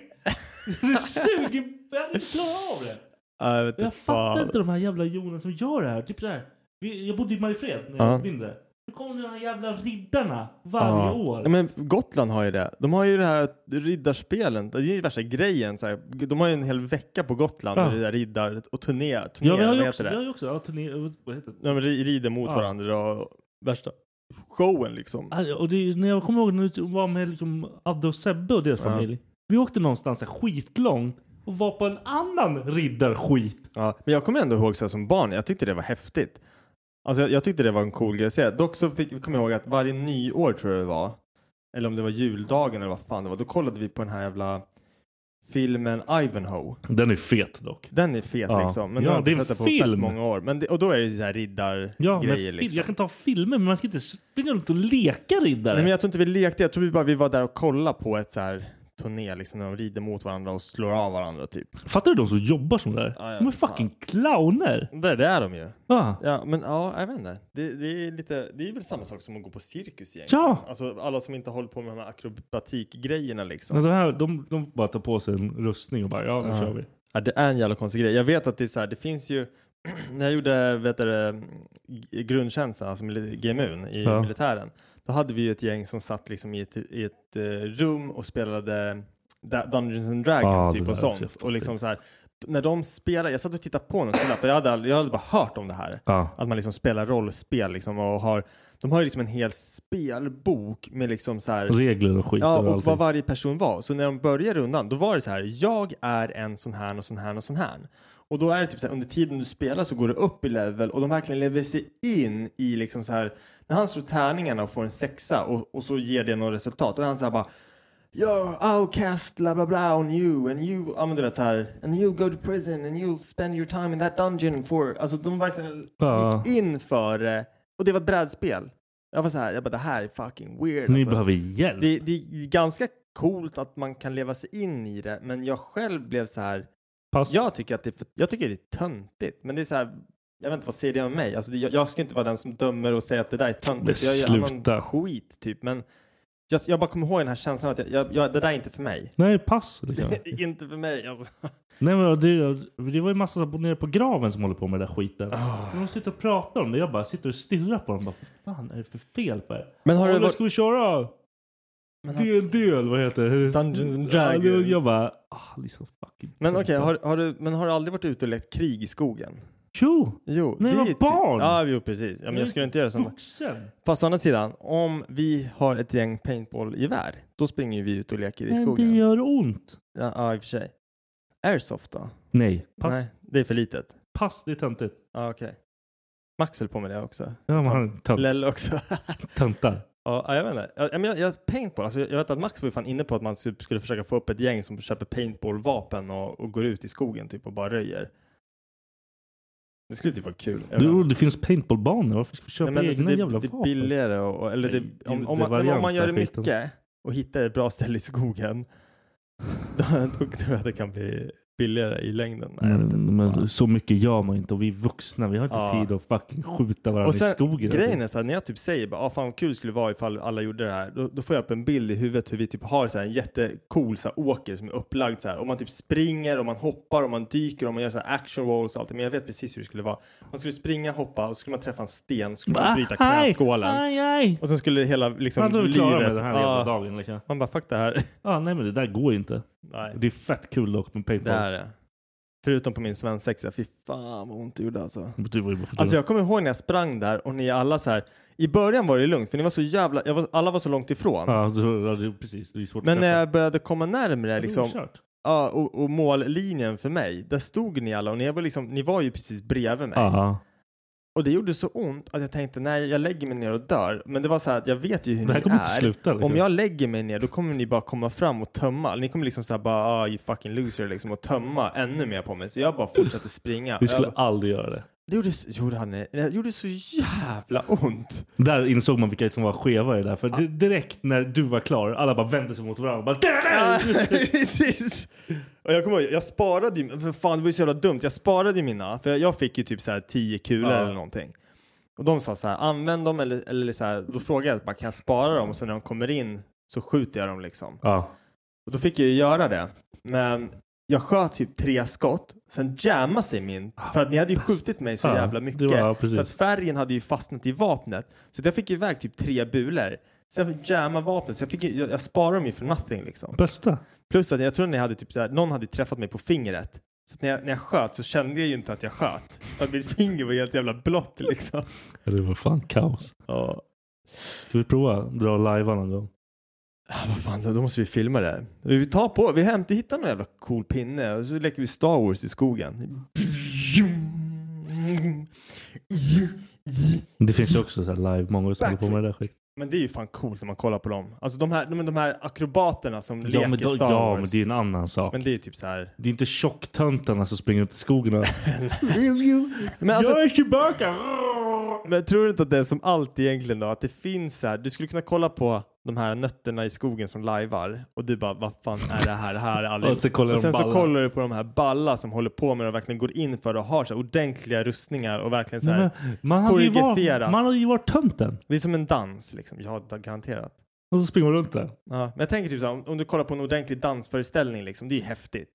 Det suger! Jag hade inte klarat av det.
Ja, jag vet
Jag
inte
fattar
fan.
inte de här jävla jonen som gör det här. Typ så här. vi- Jag bodde i Mariefred när jag
Ja.
var mindre. Nu kommer de här jävla riddarna varje
Ja.
år.
Ja, men Gotland har ju det. De har ju det här riddarspelen. Det är ju värsta grejen. Så här. De har ju en hel vecka på Gotland
Ja.
med det där riddar och turné. turné
ja, vi har
vad
ju
heter
också, vi
det?
har ju också ja, turné, vad heter det?
De ri- rider mot
Ja.
varandra och värsta showen liksom.
Alltså, Och det, när jag kommer ihåg när du var med liksom Adde och Sebbe och deras
Ja.
familj. Vi åkte någonstans så här skitlångt och var på en annan riddarskit.
Ja, men jag kommer ändå ihåg så här, som barn, jag tyckte det var häftigt. Alltså jag, jag tyckte det var en cool grej att se. Dock så fick, kom jag ihåg att varje nyår tror jag det var, eller om det var juldagen eller vad fan det var, då kollade vi på den här jävla filmen Ivanhoe.
Den är fet dock.
Den är fet
Ja.
liksom. Men nu
Ja,
har jag
det är en
inte sett den på
film.
fett många år. Men det, och då är det så här riddargrejer
Ja, men fil-
liksom.
jag kan ta filmer men man ska inte springa runt och leka riddare.
Nej men jag tror inte vi lekte, jag tror vi bara vi var där och kollade på ett så här turné liksom när de rider mot varandra och slår av varandra typ.
Fattar du de som jobbar som det där?
Ja, ja,
de är
fan.
fucking clowner. Ah.
Det, det är de ju.
Ja.
Ja, men ja, jag vet inte. Det, det, är lite, det är väl samma sak som att gå på cirkus egentligen.
Ja.
Alltså alla som inte håller på med de här akrobatikgrejerna liksom.
Men de, här, de, de bara tar på sig en rustning och bara ja nu kör vi.
Ja, det är en jävla konstig grej. Jag vet att det är så här, det finns ju, när jag gjorde vet du, det, g- grundtjänsten, alltså mili- GMUn i
Ja.
militären, då hade vi ju ett gäng som satt liksom i ett, i ett eh, rum och spelade Da- Dungeons and Dragons
Ah, det
typ
där
och
är
sånt.
häftigt.
Och liksom så här, när de spelade, jag satt och tittade på dem, för jag hade, aldrig- jag hade bara hört om det här.
Ja.
Att man liksom spelar rollspel liksom och har, de har ju liksom en hel spelbok med liksom så här,
Regler och skit
ja,
och
och
allting.
vad varje person var. Så när de började rundan, då var det så här, jag är en sån här och sån här och sån här. Och då är det typ så här, under tiden du spelar så går det upp i level och de verkligen lever sig in i liksom så här, när han slår tärningarna och får en sexa och, och så ger det något resultat, då är han så här bara Yo, I'll cast bla bla bla on you and you, ja men du vet så här, and you'll go to prison and you'll spend your time in that dungeon for, alltså de verkligen
Ja.
gick in för det. Och det var ett brädspel. Jag var så här, jag bara det här är fucking weird.
Ni
alltså.
behöver hjälp.
det, det är ganska coolt att man kan leva sig in i det, men jag själv blev så här,
Pass.
jag tycker att det, är för- jag tycker det är töntigt, men det är så här, jag vet inte vad säger det om mig? Alltså, det, jag, jag ska inte vara den som dömer och säga att det där är töntigt.
Men
Jag gör
sluta.
annan skit typ, men jag, jag bara kommer ihåg den här känslan att jag, jag, jag, det där är inte för mig.
Nej pass. Liksom.
inte för mig alltså.
Nej men det, det var ju massa som bodde nere på graven som håller på med den där skiten.
Ah.
De sitter och pratar om det. Jag bara sitter och stirrar på dem. Bara, vad fan är det för fel på er?
Men har
Har
du
ska vi köra?
Men har-
D&D eller vad heter det?
Dungeons and
Ja, det-
Dragons.
Jag bara, ah, liksom fucking...
Men okej, har, har, du- men har du aldrig varit ute och lekt krig i skogen?
Jo!
Jo,
När
det
jag var
är ju ty-
barn.
Ja, jo precis. Ja, men jag skulle inte göra som...
Vuxen!
Fast å andra sidan, om vi har ett gäng paintball-gevär, då springer ju vi ut och leker i
Men det
skogen.
gör ont.
Ja, ja, i och för sig. Airsoft då?
Nej, pass.
Nej, det är för litet.
Pass, det är töntigt.
Ja, okej. Max höll på med det också.
Ja, men han är tönt,
Lell också.
töntar.
ja, ja, jag vet inte. Ja, men jag, jag paintball, alltså, jag vet att Max var ju fan inne på att man typ skulle försöka få upp ett gäng som köper paintball-vapen och, och går ut i skogen typ och bara röjer. Det skulle typ vara kul. Jag vet
Du,
inte.
det finns paintballbanor. Varför ska vi köpa
Nej, men alltså,
egna
det,
jävla
det är
vapen?
billigare och, och- eller
Nej,
det, om, om, man,
ljudvariant
om man gör det
av skiten.
mycket och hittar ett bra ställe i skogen då, då tror jag att det kan bli billigare i längden. Nej, jag vet inte
Men,
fan.
men Mm, så mycket gör man inte och vi är vuxna. Vi har inte
Ja.
tid att fucking skjuta varandra
Och sen,
i skogen.
grejen är så här, när jag typ säger bara, ah, fan vad kul det skulle vara ifall alla gjorde det här. Då, då får jag upp en bild i huvudet hur vi typ har så här en jättecool så här, åker som är upplagd så här. Och man typ springer och man hoppar och man dyker och man gör så här action rolls och allt. Men jag vet precis hur det skulle vara. Man skulle springa, hoppa och så skulle man träffa en sten och så skulle man typ bryta knäskålen.
Aj, aj.
Och sen skulle hela liksom
Man tror vi klarar med
livet.
den här
Ja.
jävla dagen liksom.
man bara fuck det här.
Ja, nej men det där går ju inte.
Nej,
Det är fett kul dock med
det
paintball.
här är det. Förutom på min svensexa, fy fan vad ont det gjorde alltså.
Du var ju bara för
Alltså
dum.
jag kommer ihåg när jag sprang där och ni alla så här. I början var det lugnt för ni var så jävla, jag var, alla var så långt ifrån.
Ja, så, ja det, precis. Det är svårt
Men
att
när
träffa.
jag började komma närmre
Ja, det är
liksom,
kört.
ja, och, och mållinjen för mig, där stod ni alla och ni var, liksom, ni var ju precis bredvid mig.
Ja.
Och det gjorde så ont att jag tänkte nej, jag lägger mig ner och dör. Men det var så här att jag vet ju hur
Det här
ni
kommer
är.
inte sluta. Liksom.
Om jag lägger mig ner då kommer ni bara komma fram och tömma. Ni kommer liksom såhär bara ah, you fucking loser liksom och tömma ännu mer på mig. Så jag bara fortsatte springa.
Vi skulle
Jag,
aldrig göra det.
det gjorde, så- gjorde, han, det gjorde så jävla ont.
Där insåg man vilka som var skeva i det där. För di- direkt när du var klar, alla bara vände sig mot varandra. och Bara, "Där,
Ja,
där!"
precis. Och jag kommer ihåg, jag sparade ju, för fan det var ju så jävla dumt, jag sparade ju mina, för jag fick ju typ så här 10 kulor
Ja.
eller någonting. Och de sa så här, använd dem eller, eller så här, då frågade jag bara, kan jag spara dem? Och så när de kommer in så skjuter jag dem liksom.
Ja.
Och då fick jag ju göra det. Men jag sköt typ tre skott, sen jammade sig min, för att ni hade ju skjutit mig så
Ah, Ja,
jävla
det
mycket.
var- ja, precis.
så att färgen hade ju fastnat i vapnet. Så att jag fick iväg typ tre bulor. Sen jammade vapnet, så jag, fick, ju- jag, jag sparade dem ju för nothing liksom.
Bästa.
Plus att jag tror att ni hade typ såhär, någon hade träffat mig på fingret. Så att när jag, när jag sköt så kände jag ju inte att jag sköt. Att mitt finger var helt jävla blått liksom.
Ja, Det var fan kaos.
Ja.
Ska vi prova att dra live någon gång?
Ah, vad fan, då måste vi filma det. här. Vi tar på, vi hämtar, hittar någon jävla cool pinne och så leker vi Star Wars i skogen.
Det finns ju också så här live, många som håller på med det där skit.
Men det är ju fan coolt när man kollar på dem. Alltså de här, de, de här akrobaterna som
Ja
leker
men, då,
Star
ja,
Wars.
men det är en annan sak.
men det är typ så här.
Det är inte tjocktöntarna som springer ut i skogen och
Men alltså,
är Chewbacca!
Men tror du inte att det är som allt egentligen då, att det finns så här, du skulle kunna kolla på de här nötterna i skogen som lajvar och du bara vad fan är det här, det här är aldrig
Och så kollar
och
de
sen så
balla.
kollar du på de här balla som håller på med det och verkligen går in för det och har så här ordentliga rustningar och verkligen så här,
Men Man hade, ju varit,
Koreograferat.
man hade ju varit tönten.
det är som en dans liksom, ja da- garanterat.
Och så springer man runt där.
Ja, men jag tänker typ så här, om, om du kollar på en ordentlig dansföreställning liksom, det är ju häftigt.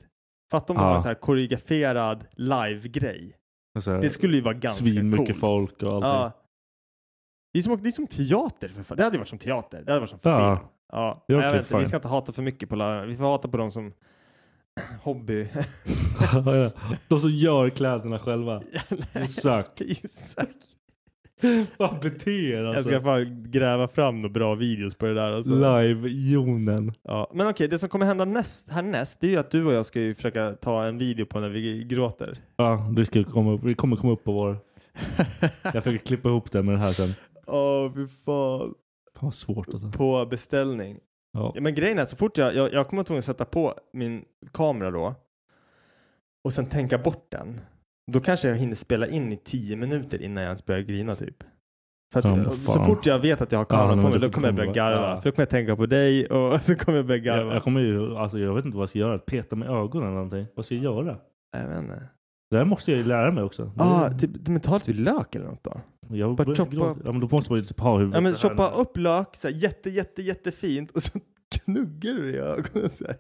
För att de har
Ja.
en så här koreograferad live-grej.
Och så här,
Det skulle ju vara ganska
Svin mycket
coolt.
Eh, folk och allting.
Ja. Det är, som, det är som teater för fan. Det hade ju varit som teater. Det hade varit som
Ja.
film. Ja.
Ja,
Nej, jag
okej,
vet inte, vi
fine.
ska inte hata för mycket på lärarna. Vi får hata på dem som hobby.
De som gör kläderna själva. Isak.
Isak.
Vad beter er,
Jag
alltså?
ska fan gräva fram några bra videos på det där. Alltså.
Live-jonen.
Ja. Men okej, det som kommer hända näst, härnäst det är ju att du och jag ska ju försöka ta en video på när vi gråter.
Ja, det, ska komma upp. det kommer komma upp på vår... Jag försöker klippa ihop det med det här sen.
Åh, fy fan.
Fan vad svårt alltså.
På beställning.
Ja.
Ja, men grejen är så fort jag, jag, jag kommer vara tvungen att sätta på min kamera då och sen tänka bort den. Då kanske jag hinner spela in i tio minuter innan jag ens börjar grina typ. För att,
Ja, men
så
fan.
fort jag vet att jag har
Ja,
kameran
men
på
det
mig då kommer jag börja
kommer vara-
garva.
ja.
För då kommer jag tänka på dig och så kommer jag börja garva.
Jag, jag kommer ju... Alltså jag vet inte vad jag ska göra. Peta med ögonen eller någonting. Vad ska jag göra?
Jag vet inte.
Det här måste jag ju lära mig också.
Ah,
Det-
eh, typ, men ta typ lök eller något då.
Jag
Bara
börjar inte
choppa-
gråta. Ja, men då måste man ju typ ha huvudet
Ja, men
så här
choppa
när-
upp lök så här, jätte, jätte, jättefint och så knuggar du det i ögonen så här.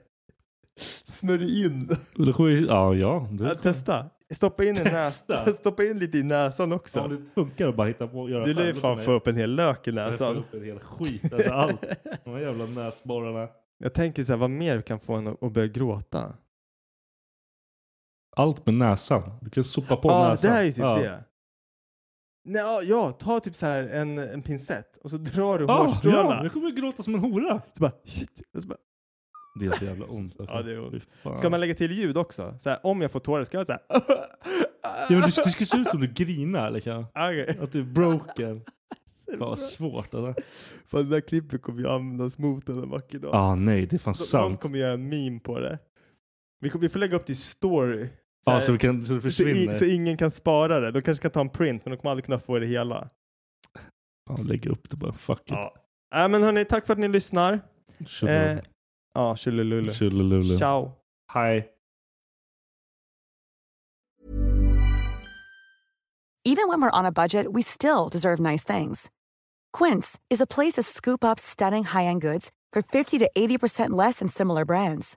Smörj in.
Då kommer ju, ja, ja. Det,
Ja, typ testa. Stoppa in, i
Testa.
näs- stoppa in lite i näsan också.
om det funkar att bara hitta på och göra
Du lär ju
själv, då
fan
kommer
få upp alltså. en hel lök i
jag- jag får
näsan.
upp en hel skit. Alltså allt. De här jävla näsborrarna.
Jag tänker så här, vad mer kan få en att att börja gråta?
Allt med näsan. Du kan sopa på
Ja, ah, det
näsan.
här är ju typ
Ja.
det. Nej, ja, ja, ta typ så här en, en pincett och så drar du
Ah,
hårstråna.
ja, jag kommer gråta som en hora.
Så bara, shit. Och så bara,
Det är så jävla ont. alltså.
Ja, det är ont.
Fy fan.
ska man lägga till ljud också? Så här, om jag får tårar ska jag så här.
ja, men det, det ska se ut som du grinar. Liksom.
Ah, Okej.
Att du är broken. Fan vad svårt. Alltså.
Fan, det där klippet kommer ju användas mot en vacker dag.
Ah, nej, det är fan
Nå- Någon
sant.
kommer göra en meme på det. Vi, kommer, vi får lägga upp det i story. Så
Ja,
här-
så, vi kan, så det
Så, i,
försvinner.
så ingen kan spara det. De kanske kan ta en print, men de kommer aldrig kunna få det hela.
Fan, lägg upp det bara. Fuck it.
Ja. Äh, men hörni, tack för att ni lyssnar.
Tjolululu.
Eh, ja, tjolilulu.
Tjolululu.
Ciao.
Hej.
Even when we're on a budget, we still deserve nice things. Quince is a place to scoop up stunning high-end goods for 50 to 80% less than similar brands.